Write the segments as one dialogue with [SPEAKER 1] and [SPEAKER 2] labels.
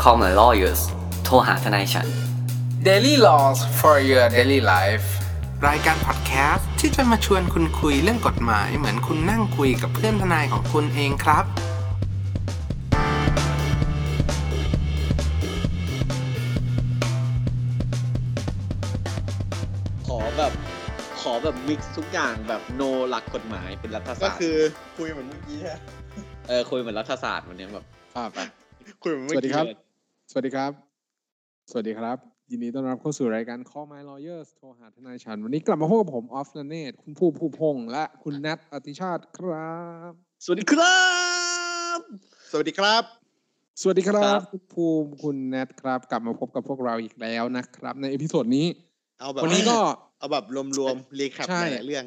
[SPEAKER 1] call my lawyers โทรหาทนายฉัน
[SPEAKER 2] Daily Laws for your daily life
[SPEAKER 3] รายการพอดแคสต์ที่จะมาชวนคุณคุยเรื่องกฎหมายเหมือนคุณนั่งคุยกับเพื่อนทนายของคุณเองครับ
[SPEAKER 4] ขอแบบ ขอแบบมิกซ์ทุกอย่างแบบโนหลักกฎหมายเป็นรัฐศาสตร์
[SPEAKER 5] ก็คือคุยเหมือนเมื่อกี้ฮะ
[SPEAKER 4] เออคุยเหมือนรัฐศาสตร์วันเนี้ยแบบ
[SPEAKER 5] อ่าไป คุยเหมือนเมื่อกี้
[SPEAKER 6] สวัสดีครับ
[SPEAKER 5] เลย
[SPEAKER 6] สวัสดีครับ สวัสดีครับ ยินดีต้อนรับเข้าสู่รายการ Call My Lawyers โทรหาทนายฉัน วันนี้กลับมาพบกับผม ออฟนเนตคุณผู้ผู้พงษ์และคุณแนทอติชาติครับ
[SPEAKER 4] สวัสดีครับ
[SPEAKER 5] สวัสดีครับ
[SPEAKER 6] สวัสดีครั
[SPEAKER 4] ครับ บ
[SPEAKER 6] คุณภูมิคุณแนทครับ กลับมาพบกับพวกเราอีกแล้วนะครับ ในเอพิโซดนี้
[SPEAKER 5] เอาแบบ
[SPEAKER 6] วันนี้ก็
[SPEAKER 5] เอาแบบรวมๆรีแคป
[SPEAKER 6] ใช่
[SPEAKER 5] หลายๆเรื่อง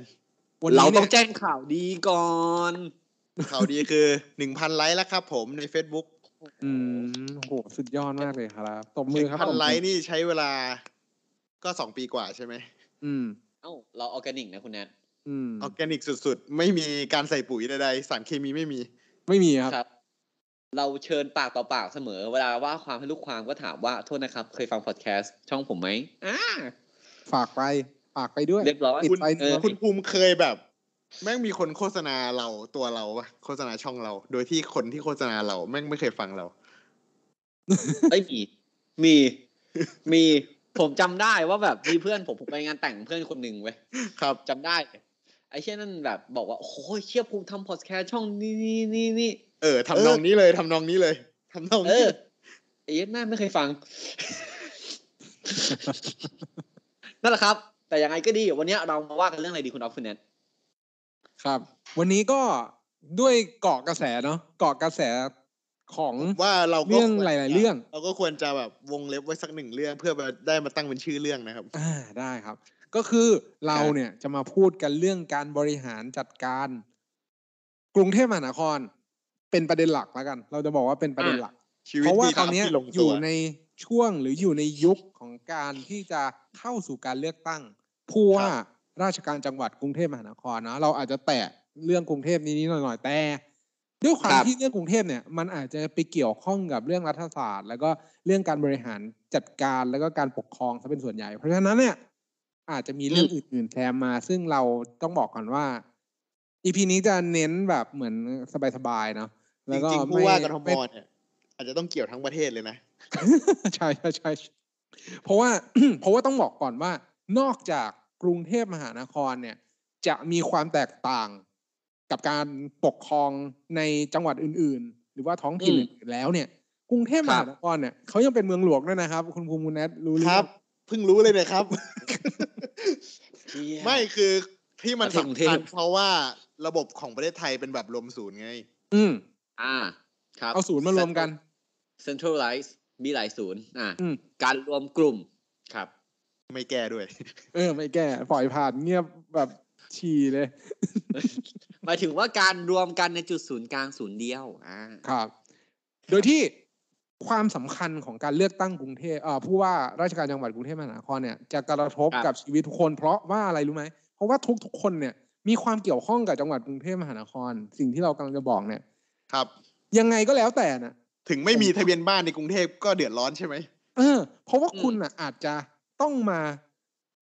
[SPEAKER 6] วัน
[SPEAKER 4] เรา
[SPEAKER 6] นี้
[SPEAKER 4] ต้อง
[SPEAKER 6] เนี่ย
[SPEAKER 4] แจ้งข่าวดีก่อน
[SPEAKER 5] ข่าวดีคือ 1,000 ไลค์แล้วครับผมใน Facebook
[SPEAKER 6] อืมโหสุดยอดมากเลยครับตบมือครับ
[SPEAKER 5] 1,000 ไลค์
[SPEAKER 6] นี่
[SPEAKER 5] นี่ใช้เวลาก็ 2 ปีกว่าใช่ไหม
[SPEAKER 6] อืม
[SPEAKER 4] เอ้า เราออร์แกนิกนะคุณแนท
[SPEAKER 6] อืม
[SPEAKER 5] ออร์แกนิกสุดๆ ไม่มีการใส่ปุ๋ยใดๆ สารเคมีไม่มี
[SPEAKER 6] ไม่มีครับ
[SPEAKER 4] ครับ เราเชิญปากต่อปากเสมอ เวลาว่าความให้ลูกความก็ถามว่า โทษนะครับ เคยฟังพอดแคสต์ช่องผมไหมอ่า
[SPEAKER 6] ฝากไปฝากไปด้วย
[SPEAKER 4] เรียบร้อย
[SPEAKER 6] ติด
[SPEAKER 5] คุณ
[SPEAKER 6] ไป
[SPEAKER 4] เออ
[SPEAKER 5] คุณภูมิเคยแบบ แม่งมีคนโฆษณาเราตัวเราปะโฆษณาช่องเรา โดยที่คนที่โฆษณาเราแม่งไม่เคยฟังเรา
[SPEAKER 4] เอ้ยมีมี มี ผมจำได้ว่าแบบมีเพื่อนผมผมไปงานแต่งเพื่อนคนหนึ่งเว้ย
[SPEAKER 5] ครับ
[SPEAKER 4] จำได้ ไอ้เช่นนั่นแบบบอกว่า โอ้ยเชี่ยภูมิทำพอดแคสต์ช่องนี่นี่นี่นี่
[SPEAKER 5] เออทำนองนี้เลยทำนองนี้เลยทำนอง
[SPEAKER 4] เอ
[SPEAKER 5] นี้
[SPEAKER 4] อไอ้เหี้ยแม่ไม่เคยฟัง นั่นแหละครับ แต่ยังไงก็ดี วันเนี้ยเรามาว่ากันเรื่องอะไรดีคุณออฟฟิเนต
[SPEAKER 6] ครับ วันนี้ก็ด้วยเกาะกระแสเนาะเกาะกระแสของ
[SPEAKER 5] ว่าเราก็
[SPEAKER 6] เรื่อง
[SPEAKER 5] คว
[SPEAKER 6] ห
[SPEAKER 5] จะ
[SPEAKER 6] ลาย ๆ เรื่อง
[SPEAKER 5] เราก็ควรจะแบบวงเล็บไว้สักหนึ่งเรื่องเพื่อมาได้มาตั้งเป็นชื่อเรื่องนะครับ
[SPEAKER 6] อ่า ได้ครับ ก็คือเราเนี่ยจะมาพูดกันเรื่องการบริหารจัดการ กรุงเทพมหานคร เป็นประเด็นหลักแล้วกัน เราจะบอกว่าเป็นประเด็นหลัก
[SPEAKER 5] ชีวิต
[SPEAKER 6] เพราะว่า
[SPEAKER 5] มี
[SPEAKER 6] ตอนเนี้ย
[SPEAKER 5] ที่ลง
[SPEAKER 6] อ
[SPEAKER 5] ตั
[SPEAKER 6] ยู่
[SPEAKER 5] ว
[SPEAKER 6] ในช่วงหรืออยู่ในยุคของการที่จะเข้าสู่การเลือกตั้งผู้ว่าราชการจังหวัดกรุงเทพมหานครเนาะเราอาจจะแตะเรื่องกรุงเทพนี้หน่อยๆแต่ ด้วยความที่เรื่องกรุงเทพเนี่ยมันอาจจะไปเกี่ยวข้องกับเรื่องรัฐศาสตร์ แล้วก็เรื่องการบริหารจัดการแล้วก็การปกครองซะเป็นส่วนใหญ่ เพราะฉะนั้นเนี่ยอาจจะมีเรื่องอื่นๆแทมมา ซึ่งเราต้องบอกก่อนว่าอีพีนี้จะเน้นแบบเหมือนสบายๆเนาะ
[SPEAKER 5] จ
[SPEAKER 6] แล้วก็
[SPEAKER 5] ริงๆผู้
[SPEAKER 6] ไม่
[SPEAKER 5] ว่ากทม
[SPEAKER 6] ไม่
[SPEAKER 5] เนี่ยอาจจะต้องเกี่ยวทั้งประเทศเลยนะ
[SPEAKER 6] ใช่ใช่ใช่เพราะว่า เพราะว่าต้องบอกก่อนว่า นอกจากกรุงเทพมหานครเนี่ย จะมีความแตกต่างกับการปกครองในจังหวัดอื่น ๆ หรือว่าท้องถิ่นอื่นๆแล้วเนี่ย กรุงเทพมหานครเนี่ยเขายังเป็นเมืองหลวงด้วยนะครับ คุณภูมิคุณแนทรู้หอ
[SPEAKER 5] ค
[SPEAKER 6] เป
[SPEAKER 5] รั
[SPEAKER 6] ล่า
[SPEAKER 5] บ เพิ่งรู้เลยเนะครับ ไม่คือที่มัน
[SPEAKER 4] ประเทศกรุงเท
[SPEAKER 5] สำคั
[SPEAKER 4] พ
[SPEAKER 5] ญเพราะว่าระบบของประเทศไทยเป็นแบบรวมศูนย์ไง
[SPEAKER 6] อืม
[SPEAKER 4] อ่า ครับ
[SPEAKER 6] เอาศูนย์มารวมกัน
[SPEAKER 4] centralize มีหลายศูนย์ อ่า
[SPEAKER 6] อืม
[SPEAKER 4] การรวมกลุ่ม ครับ
[SPEAKER 5] ไม่แก้ด้วย
[SPEAKER 6] เออ ไม่แก้ปล่อยผ่านเงียบแบบฉี่เลย
[SPEAKER 4] หมายถึงว่าการรวมกันในจุดศูนย์กลางศูนย์เดียว อ่า
[SPEAKER 6] ครับ โดยที่ความสำคัญของการเลือกตั้งกรุงเทพเอ่อผู้ว่าราชการจังหวัดกรุงเทพมหานครเนี่ยจะกระทบ
[SPEAKER 4] ครับ
[SPEAKER 6] กับชีวิตทุกคน เพราะว่าอะไรรู้ไหมเพราะว่าทุกๆคนเนี่ยมีความเกี่ยวข้องกับจังหวัดกรุงเทพมหานคร สิ่งที่เรากำลังจะบอกเนี่ย
[SPEAKER 5] ครับ
[SPEAKER 6] ยังไงก็แล้วแต่นะ
[SPEAKER 5] ถึงไม่มีทะเบียนบ้านในกรุงเทพก็เดือดร้อนใช่ไหม
[SPEAKER 6] เออ เพราะว่าคุณน่ะอาจจะต้องมา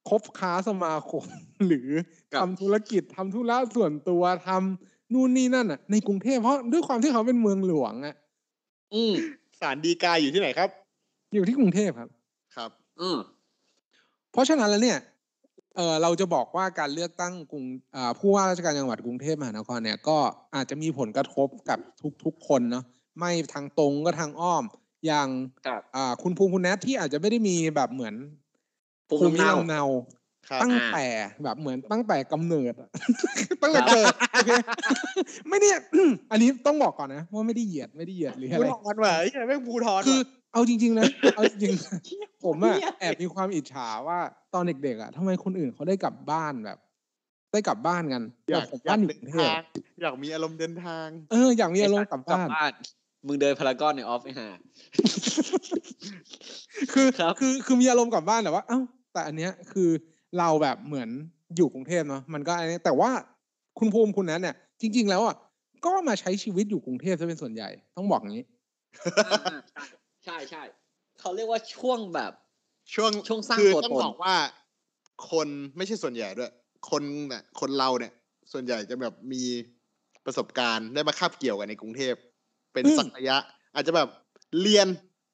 [SPEAKER 6] คบค้าสมาคม หรือ
[SPEAKER 4] ครับ
[SPEAKER 6] ทำธุรกิจทำธุระส่วนตัวทำนู่นนี่นั่นอ่ะ ในกรุงเทพเพราะด้วยความที่เขาเป็นเมืองหลวงอ่ะ
[SPEAKER 4] อืม
[SPEAKER 5] ศาลฎีกาอยู่ที่ไหนครับ
[SPEAKER 6] อยู่ที่กรุงเทพครับ
[SPEAKER 5] ครับ
[SPEAKER 4] อืม
[SPEAKER 6] เพราะฉะนั้นแล้วเนี่ยเออเราจะบอกว่าการเลือกตั้งกรุงอ่าผู้ว่าราชการจังหวัดกรุงเทพมหานครเนี่ยก็อาจจะมีผลกระทบกับทุกๆคนเนาะไม่ทางตรงก็ทางอ้อม อย่าง
[SPEAKER 4] ครับ
[SPEAKER 6] อ่าคุณภูมิคุณแนทที่อาจจะไม่ได้มีแบบเหมือน
[SPEAKER 4] ภูมิลำเนา
[SPEAKER 6] เนา
[SPEAKER 5] ครับ
[SPEAKER 6] ตั้งแต่แบบเหมือนตั้งแต่กำเนิดอะ ตั้งแต่เกิดโอเคไม่ได้ อันนี้ต้องบอกก่อนนะว่าไม่ได้เหยียดไม่ได้เหยียดหรือ
[SPEAKER 5] ภู
[SPEAKER 6] อะ
[SPEAKER 5] ทร
[SPEAKER 6] ไร
[SPEAKER 5] ว่ะไอ้เหี้ยแม่งภูทร
[SPEAKER 6] คือ
[SPEAKER 5] ว่ะ
[SPEAKER 6] เอาจริง ๆ นะ เอาจริงๆผมอะ
[SPEAKER 4] เหี้ย
[SPEAKER 6] แอบมีความอิจฉาว่าตอนเด็กๆอะทำไมคนอื่นเขาได้กลับบ้านแบบ ได้กลับบ้านกัน
[SPEAKER 5] อยาก
[SPEAKER 6] แต่ผม
[SPEAKER 5] อยา
[SPEAKER 6] บ้าก นอยู่
[SPEAKER 5] เดิ
[SPEAKER 6] ก
[SPEAKER 5] น
[SPEAKER 6] รุงเทพ
[SPEAKER 5] ทางอยากมีอารมณ์เดินทาง
[SPEAKER 6] เอออยากมีอารมณ์กลับบ้าน
[SPEAKER 4] กลับบ้าน มึงเดินพารากอนในออฟไอ้ห่า
[SPEAKER 6] คือ
[SPEAKER 4] ครับ
[SPEAKER 6] คือคือมีอารมณ์กลับบ้านแต่ว่าเอ้าแต่อันเนี้ยคือเราแบบเหมือนอยู่กรุงเทพเนาะมันก็อันเนี้ยแต่ว่าคุณภูมิคุณนั้นเนี่ย จริง ๆ แล้วอะก็มาใช้ชีวิตอยู่กรุงเทพซะเป็นส่วนใหญ่ต้องบอกอย่างนี้
[SPEAKER 4] อ่าใช่ ใช่ใช่เขาเรียกว่าช่วงแบบ
[SPEAKER 5] ช่วง
[SPEAKER 4] ช่วงสร้าง
[SPEAKER 5] คือ
[SPEAKER 4] ตัว
[SPEAKER 5] ต้อ
[SPEAKER 4] ต
[SPEAKER 5] ง
[SPEAKER 4] น
[SPEAKER 5] บอกว่า คนไม่ใช่ส่วนใหญ่ด้วย คนน่ะคนเราเนี่ย ส่วนใหญ่จะแบบมีประสบการณ์ได้มาคาบเกี่ยวกันในกรุงเทพ เป็น
[SPEAKER 6] อืม
[SPEAKER 5] สักระยะ อาจจะแบบเรียน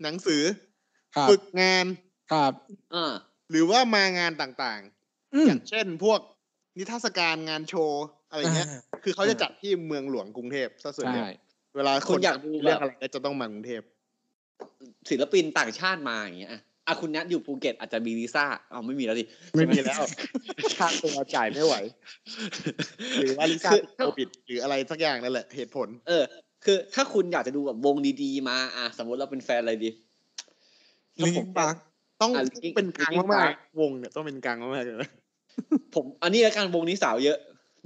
[SPEAKER 5] หนังสือ
[SPEAKER 6] ครับ
[SPEAKER 5] ฝึกงาน
[SPEAKER 6] ครับ
[SPEAKER 4] อ่า
[SPEAKER 5] หรือว่ามางานต่าง
[SPEAKER 6] อื
[SPEAKER 5] ๆ อ
[SPEAKER 6] ม
[SPEAKER 5] ย่างเช่นพวกนิทรรศการงานโชว์ อะไรเงี้ย คือเขาจะจัดที่เมืองหลวงกรุงเทพซะส่วน
[SPEAKER 6] ใช่
[SPEAKER 5] ใหญ่เวลา
[SPEAKER 4] คุณอยากดู
[SPEAKER 5] เลือก
[SPEAKER 4] แบบ
[SPEAKER 5] อะไรก็จะต้องมากรุงเทพ
[SPEAKER 4] ศิลปินต่างชาติมาอย่างเงี้ยอ่ะอ่ะคุณนัทอยู่ภูเก็ตอาจจะมีวีซ่าเอาไม่มีแล้วดิ
[SPEAKER 5] ไม่มีแล้ว ค่าตัวจ่ายไม่ไหว หรือว่าลิซ่า
[SPEAKER 4] คือ
[SPEAKER 5] ติดโควิดหรืออะไรสักอย่างนั่นแหละเหตุผล
[SPEAKER 4] เออ คือถ้าคุณอยากจะดูแบบวงดีๆ มาอ่ะสมมติเราเป็นแฟนอะไรดี
[SPEAKER 6] ลิงก์ปัก
[SPEAKER 5] ต้อง
[SPEAKER 4] อ่ะ
[SPEAKER 5] เป็นกลาง
[SPEAKER 4] ลิงก์
[SPEAKER 5] มา
[SPEAKER 4] ปาก ก
[SPEAKER 5] ๆวงเนี่ยต้องเป็นกลางมากๆเลยนะ
[SPEAKER 4] ผมอันนี้ละกันวงนี้สาวเยอะ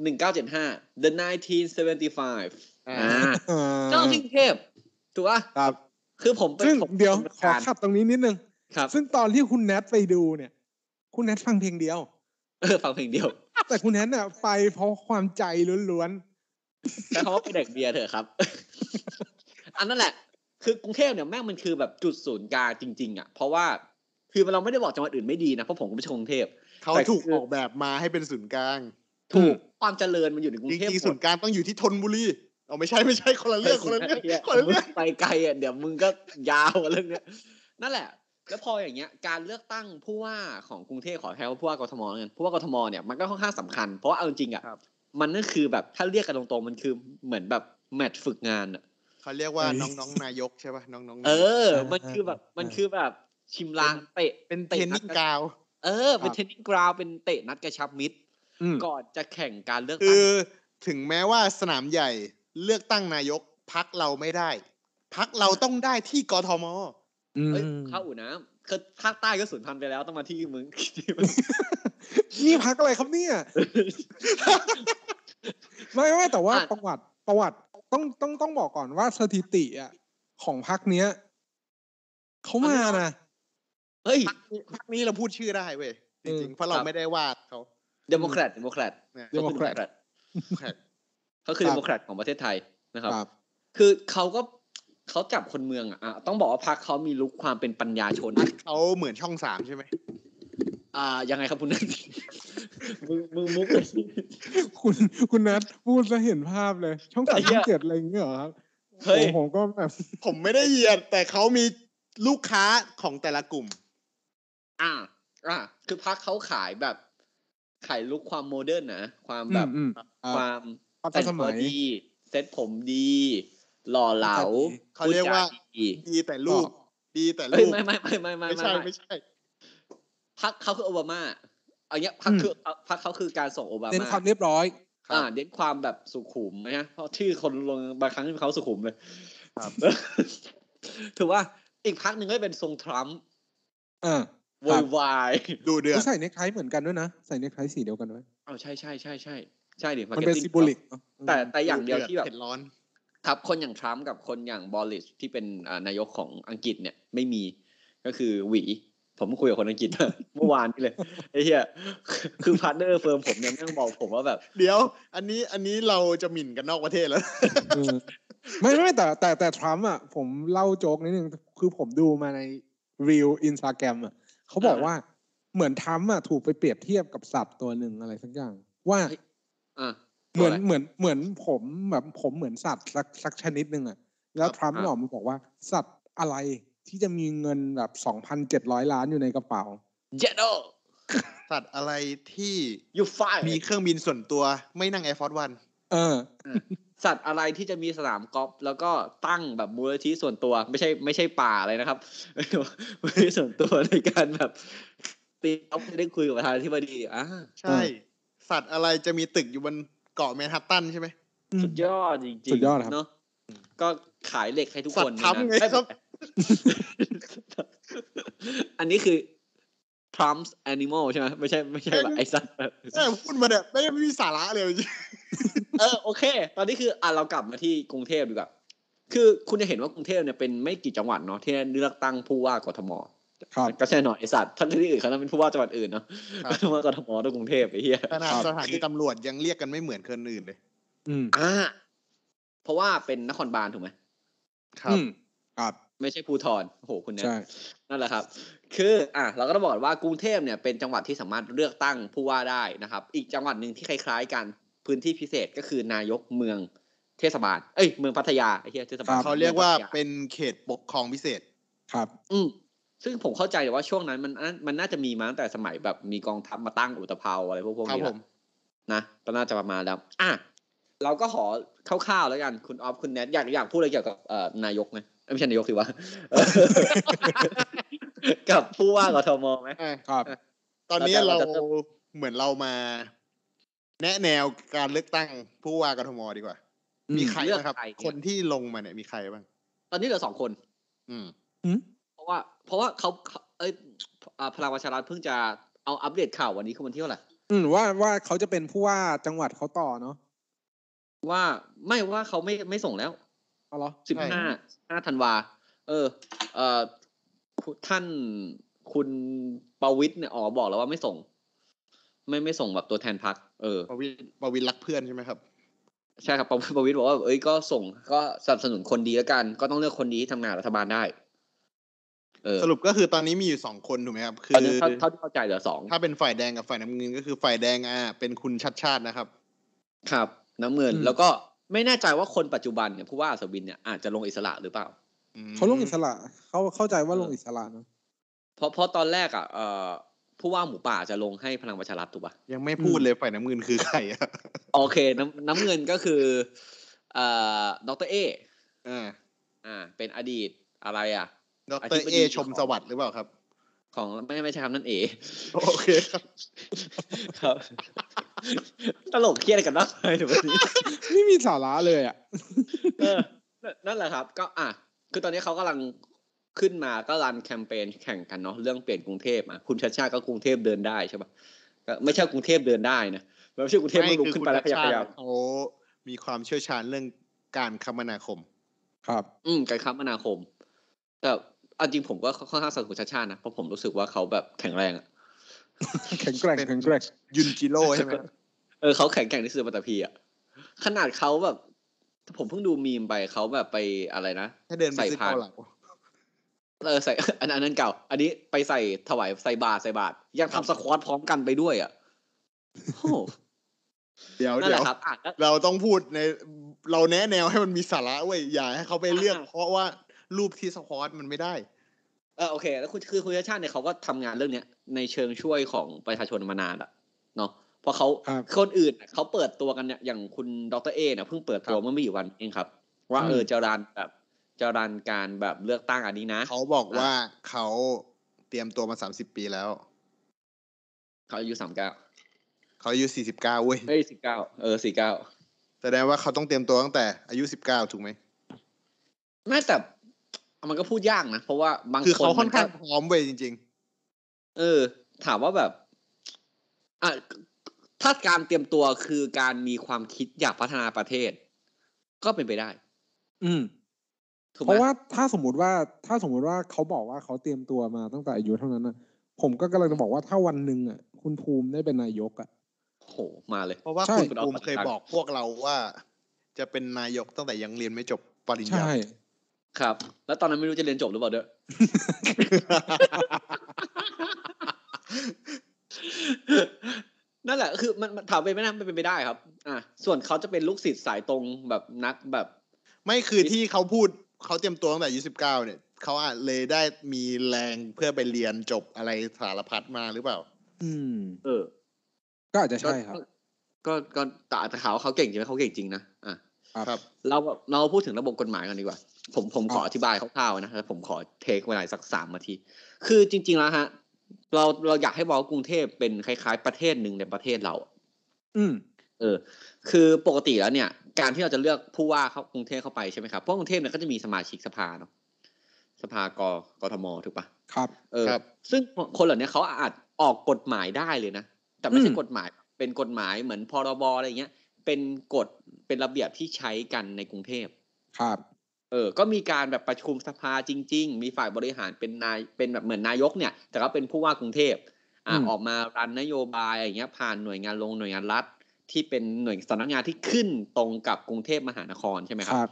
[SPEAKER 4] หนึ่งเก้าเจ็ดห้า The 1975
[SPEAKER 5] อ่า
[SPEAKER 4] อ่าเจ้าทิ้งเทพถูกปะ
[SPEAKER 6] ครับ
[SPEAKER 4] คือผมเป็น
[SPEAKER 6] ซึ่ง
[SPEAKER 4] ผม
[SPEAKER 6] เดี๋ยว
[SPEAKER 4] ป็นประสบ
[SPEAKER 6] ขอ
[SPEAKER 4] การณ์
[SPEAKER 6] ขับตรงนี้นิดนึง
[SPEAKER 4] ครับ
[SPEAKER 6] ซึ่งตอนที่คุณแนทไปดูเนี่ย คุณแนทฟังเพลงเดียว
[SPEAKER 4] เออฟังเพลงเดียว
[SPEAKER 6] แต่คุณแนทน่ะไปเพราะความใจล้วน
[SPEAKER 4] ใช้คำว่าไปเด็กเบียร์เถอะครับ อันนั้นแหละ คือกรุงเทพเนี่ยแม่งมันคือแบบจุดศูนย์กลางจริง ๆ อ่ะ เพราะว่าคือเราไม่ได้บอกจังหวัดอื่นไม่ดีนะเพราะผมก็ไม่ใช่กรุงเทพ
[SPEAKER 5] เขา
[SPEAKER 4] แต่
[SPEAKER 5] ถูก
[SPEAKER 4] คือ
[SPEAKER 5] ออกแบบมาให้เป็นศูนย์กลาง
[SPEAKER 4] ถูกความเจริญมันอยู่ในกรุ
[SPEAKER 5] จ
[SPEAKER 4] งเทพ
[SPEAKER 5] ริงๆ
[SPEAKER 4] หม
[SPEAKER 5] ศู
[SPEAKER 4] ด
[SPEAKER 5] นย์กลางต้องอยู่ที่ธนบุรีเอาไม่ใช่ไม่ ใช่คนละเรื่องคนละเรื่อง
[SPEAKER 4] ไหี้ย
[SPEAKER 5] คน ละเรื่อง
[SPEAKER 4] มึงไปไกลอ่ะเดี๋ยวมึงก็ยาวเรื่องเนี้ยนั่นแหละ แล้วพออย่างเงี้ย การเลือกตั้งผู้ว่าของกรุงเทพขอแทนว่าผู้ว่ากทมแล้วกันผู้ว่ากทมเนี่ยมันก็ค่อนข้างสำคัญเพราะว่าเอาจริงๆอ่ะ
[SPEAKER 5] ครับ
[SPEAKER 4] มันก็คือแบบถ้าเรียกกันตรงๆมันคือเหมือนแบบแมตช์ฝึกงานอ่ะ
[SPEAKER 5] เขาเรียกว่าน้องน้องๆนายกใช่ป่ะน้องน้องๆ
[SPEAKER 4] เออ มันคือแบบมันคือแบบชิมลางเตะ
[SPEAKER 5] เป็นเท
[SPEAKER 4] ตะ
[SPEAKER 5] น
[SPEAKER 4] ด
[SPEAKER 5] นิ่งกราวด์
[SPEAKER 4] เออเป็นเทนนิสกราวเป็นเตะนัดกระชับมิตร
[SPEAKER 6] ๆอืม
[SPEAKER 4] ก่อนจะแข่งการเลือก
[SPEAKER 5] คื
[SPEAKER 4] ตั้ง
[SPEAKER 5] อถึงแม้ว่าสนามใหญ่เลือกตั้งนายกพักเราไม่ได้ พักเราต้องได้ที่กทม
[SPEAKER 4] เอ้ย
[SPEAKER 6] อืม
[SPEAKER 4] เข้าอู่น้ำคือภาคใต้ก็สูญพันธุ์ไปแล้วต้องมาที่มึง
[SPEAKER 6] นี่พักอะไรครับ เนี่ย ไม่ไม่แต่ว่า
[SPEAKER 4] อ่ะ
[SPEAKER 6] ประวัติประวัติต้องต้องต้องบอกก่อนว่าสถิติอ่ะของพักเนี้ยเขามานะ
[SPEAKER 4] เฮ้ย
[SPEAKER 5] พักนี้เราพูดชื่อได้เว้ยจริงๆเพราะเรา
[SPEAKER 4] ครับ
[SPEAKER 5] ไม่ได้วาดเขา
[SPEAKER 4] เดโมแครตเดโมแครต
[SPEAKER 5] เนี่ย
[SPEAKER 6] เดโมแครต
[SPEAKER 4] เขาคือ
[SPEAKER 6] ครั
[SPEAKER 4] เด
[SPEAKER 6] บ
[SPEAKER 4] โมแครตของประเทศไทยนะครับ
[SPEAKER 6] ครับ
[SPEAKER 4] คือเขาก็เขาจับคนเมืองอะอ่ะต้องบอกว่าพรรคเขามีลุคความเป็นปัญญาชน
[SPEAKER 5] เขาเหมือนช่องสามใช่ไหม
[SPEAKER 4] อ่ายังไงครับคุณนัท มือมือมุกเลย
[SPEAKER 6] คุณคุณนัทพูดแล้วเห็นภาพเลย ช่องสาม
[SPEAKER 4] ไอ้เหี้
[SPEAKER 6] ช่อย งเจ็ดอะไรอย่างเงี้ยเหรอครับ
[SPEAKER 4] เฮ้ย
[SPEAKER 6] โอ้ผมก็แบบ
[SPEAKER 5] ผมไม่ได้เหยียดแต่เขามีลูกค้าของแต่ละกลุ่ม
[SPEAKER 4] อ่า อ่า คือพรรคเขาขายแบบ ขายลุคความโมเดิร์นนะความ
[SPEAKER 6] อื
[SPEAKER 4] แบ
[SPEAKER 6] ม
[SPEAKER 4] บ
[SPEAKER 6] อืมอ่า
[SPEAKER 4] ความ
[SPEAKER 6] ความทั
[SPEAKER 4] แต่
[SPEAKER 6] น
[SPEAKER 4] ง
[SPEAKER 6] ส
[SPEAKER 4] ตั
[SPEAKER 6] มั
[SPEAKER 4] วย ดี เซ็ตผมดีหล่อเหลา
[SPEAKER 5] เขาเรียกว่า
[SPEAKER 4] พูดจดี
[SPEAKER 5] ดีแต่ลูก
[SPEAKER 6] อ๋อ
[SPEAKER 5] ดีแต่
[SPEAKER 4] เอ้ย
[SPEAKER 5] ลูก
[SPEAKER 4] ไม่ไม่ไม่ไม่ไม่
[SPEAKER 5] ไม่
[SPEAKER 4] ไม่
[SPEAKER 5] ใช่
[SPEAKER 4] ไม่
[SPEAKER 5] ไม่ใช่
[SPEAKER 4] พักเขาคือโอบามาเอันเนี้ยพัก
[SPEAKER 6] อืม
[SPEAKER 4] คือพักเขาคือการส่งโอบา
[SPEAKER 6] เน้น
[SPEAKER 4] มา
[SPEAKER 6] ความเรียบร้อย
[SPEAKER 4] อ่าเน้นความแบบสุขุมนะเพราะชื่อคนลงบางครั้งเขาสุขุมเลย ถือว่าอีกพักหนึ่งก็เป็นทรงทรัมป์
[SPEAKER 6] อ่า
[SPEAKER 4] โวยวาย
[SPEAKER 5] ดูเดือด
[SPEAKER 6] เขาใส่เนคไทเหมือนกันด้วยนะ ใส่เนคไทสีเดียวกันด้วย
[SPEAKER 4] เอาใช่ใช่ใช่ใช่ใช่ดิ
[SPEAKER 6] มันเป็น
[SPEAKER 4] marketing
[SPEAKER 6] ซิมโบลิก
[SPEAKER 4] แต่แต่อย่างเดียวที่แบบ
[SPEAKER 5] เผ็ดร้อน
[SPEAKER 4] ครับคนอย่างทรัมป์กับคนอย่างบอริสที่เป็นอ่านายกของอังกฤษเนี่ยไม่มีก็คือหวี ผมคุยกับคนอังกฤษ มาเมื่อวานนี่เลยไอ้เหี้ย คือพาร์ทเนอร์เฟิร์มผมเนี่ยแม่งบอกผมว่าแบบ
[SPEAKER 5] เดี๋ยว อันนี้อันนี้เราจะหมิ่นกันนอกประเทศแล้ว
[SPEAKER 6] เออไม่ไม่แต่แต่แต่ทรัมป์อ่ะ ผมเล่าโจ๊กนิดนึง คือผมดูมาในรีวอินสตาแกรมอ่ะเขาบอก
[SPEAKER 4] อ่า
[SPEAKER 6] ว่าเหมือนทรัมป์อ่ะถูกไปเปรียบเทียบกับสัตว์ตัวหนึ่งอะไรสักอย่าง ว่า
[SPEAKER 4] อ่ะ
[SPEAKER 6] เหมือนเหมือนเหมือนผมแบบผมเหมือนสัตว์สักสักชนิดหนึ่งอ่ะ แล้ว
[SPEAKER 5] ครับ
[SPEAKER 6] ทรัมป์
[SPEAKER 4] อ่า
[SPEAKER 6] ออกมาบอกว่าสัตว์อะไรที่จะมีเงินแบบสองพันเจ็ดร้อยล้านอยู่ในกระเป๋า
[SPEAKER 4] เจโด
[SPEAKER 5] สัตว์อะไรที่
[SPEAKER 4] you fine
[SPEAKER 5] มีเครื่องบินส่วนตัวไม่นั่งแอร์ฟอร์ดวัน
[SPEAKER 6] เออ
[SPEAKER 4] สัตว์อะไรที่จะมีสนามกอล์ฟแล้วก็ตั้งแบบมูลนิธิส่วนตัว ไม่ใช่ไม่ใช่ป่าอะไรนะครับ มูลนิธิส่วนตัวในการแบบตีออฟได้คุยกับประธานาธิบดีอ่ะ
[SPEAKER 5] ใช่ สัตว์อะไรจะมีตึกอยู่บนเกาะแมนฮัตตันใช่ไหม
[SPEAKER 4] สุดยอดจริงๆ
[SPEAKER 6] สุดยอดครับ
[SPEAKER 4] เนาะก็ขายเหล็กให้ทุก
[SPEAKER 5] สัต
[SPEAKER 4] คน
[SPEAKER 5] ว์
[SPEAKER 4] ใน
[SPEAKER 5] ทำไง
[SPEAKER 4] นั้น
[SPEAKER 5] ครับ
[SPEAKER 4] อันนี้คือ Trump's animal ใช่ไหมไม่ใช่ไม่ใช่แบบไอสัตว์แบบ
[SPEAKER 5] แต่พูดมาเนี่ยไม่ไม่มีสาระเลย
[SPEAKER 4] เออโอเค ตอนนี้คืออ่ะเรากลับมาที่กรุงเทพดีกว่าคือคุณจะเห็นว่ากรุงเทพเนี่ยเป็นไม่กี่จังหวัดเนาะที่เลือกตั้งผู้ว่ากทม
[SPEAKER 6] ครับ
[SPEAKER 4] ก็แน่นอนไอสัตว์ทั้งที่อื่นเขาต้องเป็นผู้ว่าจังหวัดอื่นเนาะ
[SPEAKER 5] ครับ
[SPEAKER 4] กทมกทมต้องกรุงเทพไอ้เหี้ย
[SPEAKER 5] ขนาดสถานีตำรวจยังเรียกกันไม่เหมือนคนอื่นเลย
[SPEAKER 6] อืม
[SPEAKER 4] อ่าเพราะว่าเป็นนครบาลถูกไหม
[SPEAKER 5] ครับ
[SPEAKER 6] อืมครับ
[SPEAKER 4] ไม่ใช่ภูทรโอ้โหคุณเนี่ย
[SPEAKER 6] ใช่
[SPEAKER 4] นั่นแหละครับ คืออ่ะเราก็ต้องบอกว่ากรุงเทพเนี่ยเป็นจังหวัดที่สามารถเลือกตั้งผู้ว่าได้นะครับ อีกจังหวัดหนึ่งที่คล้ายๆกันพื้นที่พิเศษก็คือนายกเมืองเทศบาล เอ้ยเมืองพัทยาไอ้เหี้ยเทศบาล
[SPEAKER 6] ครับ
[SPEAKER 5] เขาเรียกว่า
[SPEAKER 4] มืองพัท
[SPEAKER 5] เป็นเขตปกครองพิเศษ
[SPEAKER 6] ครับ
[SPEAKER 4] อืมซึ่งผมเข้าใจว่าช่วงนั้นมันอ่ะมันน่าจะมีมาตั้งแต่สมัยแบบมีกองทัพมาตั้งอุตภเปาอะไรพวกพวก
[SPEAKER 5] ครับ
[SPEAKER 4] นี้
[SPEAKER 5] ผ
[SPEAKER 4] ละ
[SPEAKER 5] ม
[SPEAKER 4] นะก็น่าจะประมาณแล้วอ่ะเราก็ขอคร่าวๆแล้วกันคุณออฟคุณแนทอยากอยากพูดอะไรเกี่ยวกับเอ่อนายกไหมเอ้ยไม่ใช่นายกสิวะ กับผู้ว่ากทมไหม
[SPEAKER 5] อ่ะ
[SPEAKER 6] ครับ
[SPEAKER 5] ตอนนี้
[SPEAKER 4] เรา
[SPEAKER 5] เรา
[SPEAKER 4] จะเราจะ
[SPEAKER 5] เหมือนเรามา แนะแนวการเลือกตั้งผู้ว่ากทมดีกว่า
[SPEAKER 6] อืม
[SPEAKER 5] มีใคร
[SPEAKER 4] เลือก
[SPEAKER 5] นะครับ
[SPEAKER 4] ใครเนี่ย
[SPEAKER 5] คนที่ลงมาเนี่ยมีใครบ้าง
[SPEAKER 4] ตอนนี้เหลือสองคน
[SPEAKER 5] อืม
[SPEAKER 4] เพราะว่าเพราะว่าเขาเขาเอ้ยอ่าพลังประชารัฐเพิ่งจะเอาอัปเดตข่าววันนี้คือวันที่เท่าไหร่
[SPEAKER 6] อืมว่าว่าเขาจะเป็นผู้ว่าจังหวัดเขาต่อเนาะ
[SPEAKER 4] ว่าไม่ว่าเขาไม่ไม่ส่งแล้ว
[SPEAKER 6] เอาเหรอ
[SPEAKER 4] สิบห้าห้าธันวา เออ เออคุณท่านคุณประวิตยเนี่ยอ๋อบอกแล้วว่าไม่ส่ง ไม่ไม่ส่งแบบตัวแทนพักเออ
[SPEAKER 5] ประวินประวินรักเพื่อนใช่ไหมครับ
[SPEAKER 4] ใช่ครับประประวิตยบอกว่าเอ้ยก็ส่งก็สนับสนุนคนดีแล้วกัน ก็ต้องเลือกคนดีที่ทำงานรัฐบาลได้ เออ
[SPEAKER 5] สรุปก็คือตอนนี้มีอยู่สองคนถูกไหมครับ คื
[SPEAKER 4] ตอน
[SPEAKER 5] อ
[SPEAKER 4] นี้เท่าเท่าที่เข้าใจเหลือสอง
[SPEAKER 5] ถ้าเป็นฝ่ายแดงกับฝ่ายน้ำเงินก็คือฝ่ายแดงอ่ะเป็นคุณชัดชาตินะครับ
[SPEAKER 4] ครับ น้ำเงิน
[SPEAKER 6] อืม
[SPEAKER 4] แล้วก็ไม่แน่ใจว่าคนปัจจุบันเนี่ยผู้ว่าอัศวินเนี่ยอาจจะลงอิสระหรือเปล่า
[SPEAKER 5] อืม
[SPEAKER 6] เขาลงอิสระเขาเข้าใจว่าลงอิสระเนาะ
[SPEAKER 4] เพราะเพราะตอนแรกอ่ะเอ่อผู้ว่าหมูป่าจะลงให้พลังประชารัฐถูกปะ
[SPEAKER 5] ยังไม่พูด
[SPEAKER 6] อืม
[SPEAKER 5] เลยฝ่ายน้ำเงินคือใครอ่ะ
[SPEAKER 4] โอเค น้ำน้ำเงินก็คือเอ่อดรเอ
[SPEAKER 5] อ่า
[SPEAKER 4] อ่าเป็นอดีตอะไรอ่ะ
[SPEAKER 5] ด
[SPEAKER 4] อธิ
[SPEAKER 5] ร
[SPEAKER 4] บ
[SPEAKER 5] เอ
[SPEAKER 4] ดี
[SPEAKER 5] ชมสวัสดิ์หรือเปล่าครับ
[SPEAKER 4] ของไม่ไม่ใช่คำนั่นเอ
[SPEAKER 5] โอเคครับ
[SPEAKER 4] ครับ ตลกเครียดกันมากเลยเดี๋ยว วันนี้
[SPEAKER 6] ไม่มีสาระเลยอ่ะ
[SPEAKER 4] เออนั่นนั่นแหละครับ ก็อ่ะคือตอนนี้เขากำลังขึ้นมาก็รันแคมเปญแข่งกันเนาะเรื่องเปลี่ยนกรุงเทพอ่ะคุณชาติชาติก็กรุงเทพเดินได้ใช่ปะก็ไม่ใช่กรุงเทพเดินได้นะมันไม่ใช่กรุงเทพมันลุกขึ้นไปแล้วขยับขยับ
[SPEAKER 5] เขามีความเชี่ยวชาญเรื่องการคมนาคม
[SPEAKER 6] ครับ
[SPEAKER 4] อืมการคมนาคม แต่เอาจริงผมก็ค่อนข้างสนับสนุนชาติชาตินะเพราะผมรู้สึกว่าเขาแบบแข็งแรงอะ
[SPEAKER 6] แข็งแกร่ง
[SPEAKER 5] เป็น
[SPEAKER 6] แข็งแกร่ง
[SPEAKER 5] ยุนจิโร่ใช่ไหม
[SPEAKER 4] เออเขาแข็งแกร่งที่สุดในปัตตภีอ่ะขนาดเขาแบบ ผมเพิ่งดูมีมไปเขาแบบไปอะไรนะ
[SPEAKER 5] ถ้าเดินไปซื้อ
[SPEAKER 4] ใส่พาน
[SPEAKER 5] เกาเหลา
[SPEAKER 4] เออใส่ อันอันนั้นเก่า อันนี้ไปใส่ถวายใส่บาทใส่บาทยังทำสควอตพร้อมกันไปด้วยอ่ะโอ้โห
[SPEAKER 5] เดี๋ยว
[SPEAKER 4] นั่นแห
[SPEAKER 5] เดี๋ยว
[SPEAKER 4] ละครับอ่ะแล้ว
[SPEAKER 5] เราต้องพูดในเราแนะแนวให้มันมีสาระเว้ยอย่าให้เขาไปเลือก
[SPEAKER 4] อ่า
[SPEAKER 5] เพราะว่ารูปที่สควอตมันไม่ได้
[SPEAKER 4] เออโอเค แล้วคุณคือคุณชาติชาติเนี่ยเขาก็ทำงานเรื่องเนี้ยในเชิงช่วยของประชาชนมานานอ่ะเนาะเพราะเขา
[SPEAKER 6] ครับ
[SPEAKER 4] คนอื่นน่ะเขาเปิดตัวกันเนี่ยอย่างคุณดรเอเนี่ยเพิ่งเปิดตัวเมื่อไม่กี่วันเองครับ ว่าเออจะรันแบบจะรันการแบบเลือกตั้งอันนี้นะ
[SPEAKER 5] เขาบอกว่าเขาเตรียมตัวมาสามสิบปีแล้ว
[SPEAKER 4] เขาอายุสามเก้า
[SPEAKER 5] เขาอายุสี่สิบเก้าเว้ย
[SPEAKER 4] เอ้ยสี่เก้าเออสี่เก้า
[SPEAKER 5] แสดงว่าเขาต้องเตรียมตัวตั้งแต่อายุสิบเก้าถูกไหม
[SPEAKER 4] ไม่แต่มันก็พูดยากนะเพราะว่าบาง
[SPEAKER 5] คือ
[SPEAKER 4] คน
[SPEAKER 5] เขาค่อนข้าง
[SPEAKER 4] มันก็
[SPEAKER 5] พร้อมเว้ยจริง
[SPEAKER 4] เออ ถามว่าแบบอ่ะถ้าการเตรียมตัวคือการมีความคิดอยากพัฒนาประเทศ ก็เป็นไปได้
[SPEAKER 6] อืม
[SPEAKER 4] ถูกไห
[SPEAKER 6] เพ
[SPEAKER 4] ม
[SPEAKER 6] ราะว่าถ้าสมมติว่าถ้าสมมติว่าเขาบอกว่าเขาเตรียมตัวมาตั้งแต่อายุเท่านั้นนะผมก็กำลังจะบอกว่าถ้าวันหนึ่งอ่ะ คุณภูมิได้เป็นนายกอ่ะ
[SPEAKER 4] โอ้โหมาเลย
[SPEAKER 5] ๆ เพราะว่า
[SPEAKER 6] ใช่
[SPEAKER 5] คุณ
[SPEAKER 4] คุณออฟ
[SPEAKER 5] ภูมิเคย
[SPEAKER 4] ปฏิบัติ
[SPEAKER 5] บอกพวกเราว่า จะเป็นนายกตั้งแต่ยังเรียนไม่จบปริญญา
[SPEAKER 6] ใช่
[SPEAKER 4] ครับ แล้วตอนนั้นไม่รู้จะเรียนจบหรือเปล่าด้วย นั่นแหละคือมันมันถามไปนไม่น่าเป็นไปได้ครับ อ่ะส่วนเขาจะเป็นลูกศิษย์สายตรงแบบนักแบบ
[SPEAKER 5] ไม่คือที่เขาพูดเขาเตรียมตัวตั้งแต่อายุสิบเก้าเนี่ยเขาอาจเลยได้มีแรงเพื่อไปเรียนจบอะไรสารพัดมาหรือเปล่า
[SPEAKER 6] อืม
[SPEAKER 4] เออ
[SPEAKER 6] ก็อาจจะใช่ครับ
[SPEAKER 4] ก็ก็แต่อาจจะข่าวาเขาเก่งจริงไหมเขาเก่งจริงนะอ่ะ
[SPEAKER 5] ครับ
[SPEAKER 4] เราเราพูดถึงระบบกฎหมายกันดีกว่า ผมผมขอ
[SPEAKER 6] ครับ
[SPEAKER 4] อธิบายคร่าวๆนะแล้วผมขอเทคเวลาสักสามนาที คือจริง ๆ แล้วฮะ เราเราอยากให้บอกว่ากรุงเทพเป็นคล้าย ๆ ประเทศหนึ่งในประเทศเรา
[SPEAKER 6] อืม
[SPEAKER 4] เออ คือปกติแล้วเนี่ย การที่เราจะเลือกผู้ว่าเข้ากรุงเทพเข้าไปใช่ไหมครับเพราะกรุงเทพเนี่ยก็จะมีสมาชิกสภาเนาะสภากกทมถูกปะ
[SPEAKER 6] ครับ
[SPEAKER 4] เออ
[SPEAKER 5] ครับ
[SPEAKER 4] ซึ่งคนเหล่านี้เขาอาจออกกฎหมายได้เลยนะ แต่ไม่
[SPEAKER 6] อื
[SPEAKER 4] ใช่
[SPEAKER 6] ม
[SPEAKER 4] กฎหมาย เป็นกฎหมายเหมือนพรบอะไรเงี้ย เป็นกฎ เป็นระเบียบที่ใช้กันในกรุงเทพ
[SPEAKER 6] ครับ
[SPEAKER 4] เออ ก็มีการแบบประชุมสภาจริง ๆ มีฝ่ายบริหารเป็นนาย เป็นแบบเหมือนนายกเนี่ย แต่ก็เป็นผู้ว่ากรุงเทพ อ่า
[SPEAKER 6] อืม
[SPEAKER 4] ออกมารันนโยบายอะไรเงี้ย ผ่านหน่วยงานลงหน่วยงานรัฐ ที่เป็นหน่วยสำนักงานที่ขึ้นตรงกับกรุงเทพมหานครใช่ไหม
[SPEAKER 6] ค
[SPEAKER 4] ครับ
[SPEAKER 6] รับ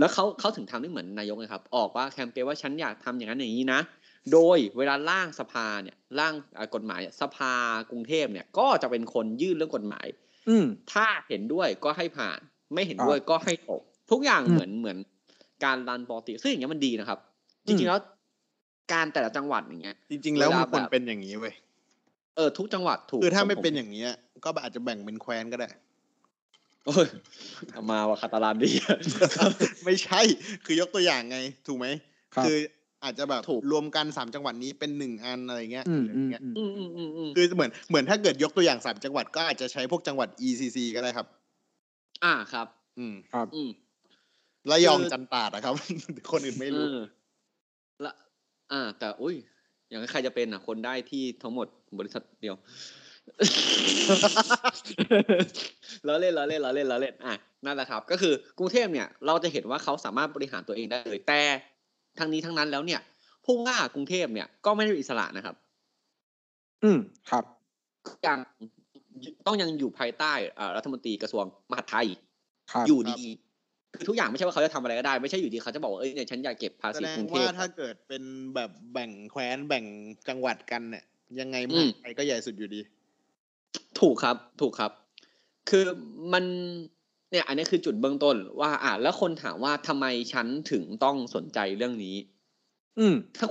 [SPEAKER 4] แล้วเขาเขาถึงทำได้เหมือนนายกนะครับ ออกว่าแคมเปญว่าฉันอยากทำอย่างนั้นอย่างนี้นะ โดยเวลาร่างสภาเนี่ยร่างเอ่อกฎหมายเนี่ยสภากรุงเทพเนี่ยก็จะเป็นคนยื่นเรื่องกฎหมาย
[SPEAKER 6] อืม
[SPEAKER 4] ถ้าเห็นด้วยก็ให้ผ่าน ไม่เห็นด้วยก็ให้ตก ทุกอย่าง
[SPEAKER 6] อืม
[SPEAKER 4] เหมือนเหมือนการรันปกติซึ่งอย่างเงี้ยมันดีนะครับ จริงๆแล้วการแต่ละจังหวัดอย่างเงี้ย
[SPEAKER 5] จริง ๆ แล้วมัน
[SPEAKER 4] เวลา
[SPEAKER 5] ควร
[SPEAKER 4] แบบ
[SPEAKER 5] เป็นอย่างนี้เว้ย
[SPEAKER 4] เออทุกจังหวัดถูก
[SPEAKER 5] คือถ้าไม่
[SPEAKER 4] ผ
[SPEAKER 5] เป็นอย่างเงี้ย ก็อาจจะแบ่งเป็นแคว้นก็ได้
[SPEAKER 4] โอ้ยเอามาว่าคาตาลานดี
[SPEAKER 5] ไม่ใช่ คือยกตัวอย่างไง ถูกไหม
[SPEAKER 6] ครับ
[SPEAKER 5] คืออาจจะแบบ
[SPEAKER 4] ถูก
[SPEAKER 5] รวมกันสามจังหวัดนี้เป็นหนึ่งอันอะไรเงี้ย
[SPEAKER 6] อืม
[SPEAKER 5] หรือ
[SPEAKER 6] อื
[SPEAKER 5] อะ
[SPEAKER 6] ม
[SPEAKER 5] ไรเงี้ย
[SPEAKER 6] อืม
[SPEAKER 4] อืมอืมอืมอืม
[SPEAKER 5] คือเหมือนเหมือนถ้าเกิดยกตัวอย่างสามจังหวัดก็อาจจะใช้พวกจังหวัด ECC ก็ได้ครับ
[SPEAKER 4] อ่าครับ
[SPEAKER 5] อืม
[SPEAKER 4] อืม
[SPEAKER 5] ระยอง
[SPEAKER 4] คือ
[SPEAKER 5] จันตราดนะครับ คนอื่นไม่รู้
[SPEAKER 4] เออละอ่า แต่อุ้ย อย่างนั้นใครจะเป็นอ่ะ คนได้ที่ทั้งหมดบริษัทเดียว ล้อเล่นล้อเล่นล้อเล่นล้อเล่นอ่ะนั่นแหละครับ ก็คือกรุงเทพเนี่ย เราจะเห็นว่าเขาสามารถบริหารตัวเองได้เลย แต่ทั้งนี้ทั้งนั้นแล้วเนี่ยผู้ว่ากรุงเทพเนี่ยก็ไม่ได้เป็นอิสระนะครับ
[SPEAKER 6] อืมครับ
[SPEAKER 4] ยังต้องยังอยู่ภายใต้อ่ารัฐมนตรีกระทรวงมหาดไทย
[SPEAKER 6] ครับ
[SPEAKER 4] อยู่ดีคือทุกอย่างไม่ใช่ว่าเขาจะทำอะไรก็ได้ ไม่ใช่อยู่ดีเขาจะบอกว่าเอ้ยเนี่ยฉันอยากเก็บภา
[SPEAKER 5] แส
[SPEAKER 4] ษี
[SPEAKER 5] ดง
[SPEAKER 4] กรุงเท
[SPEAKER 5] ว่า
[SPEAKER 4] พ
[SPEAKER 5] ถ้าเกิดเป็นแบบแบ่งแคว้นแบ่งจังหวัดกันเนี่ย ยังไง
[SPEAKER 4] อื
[SPEAKER 5] มหาม ไทยก็ใหญ่สุดอยู่ดี
[SPEAKER 4] ถูกครับ ถูกครับ คือมันเนี่ย อันนี้คือจุดเบื้องต้นว่าอ่ะแล้วคนถามว่าทำไมฉันถึงต้องสนใจเรื่องนี้
[SPEAKER 6] อืม
[SPEAKER 4] ถ้า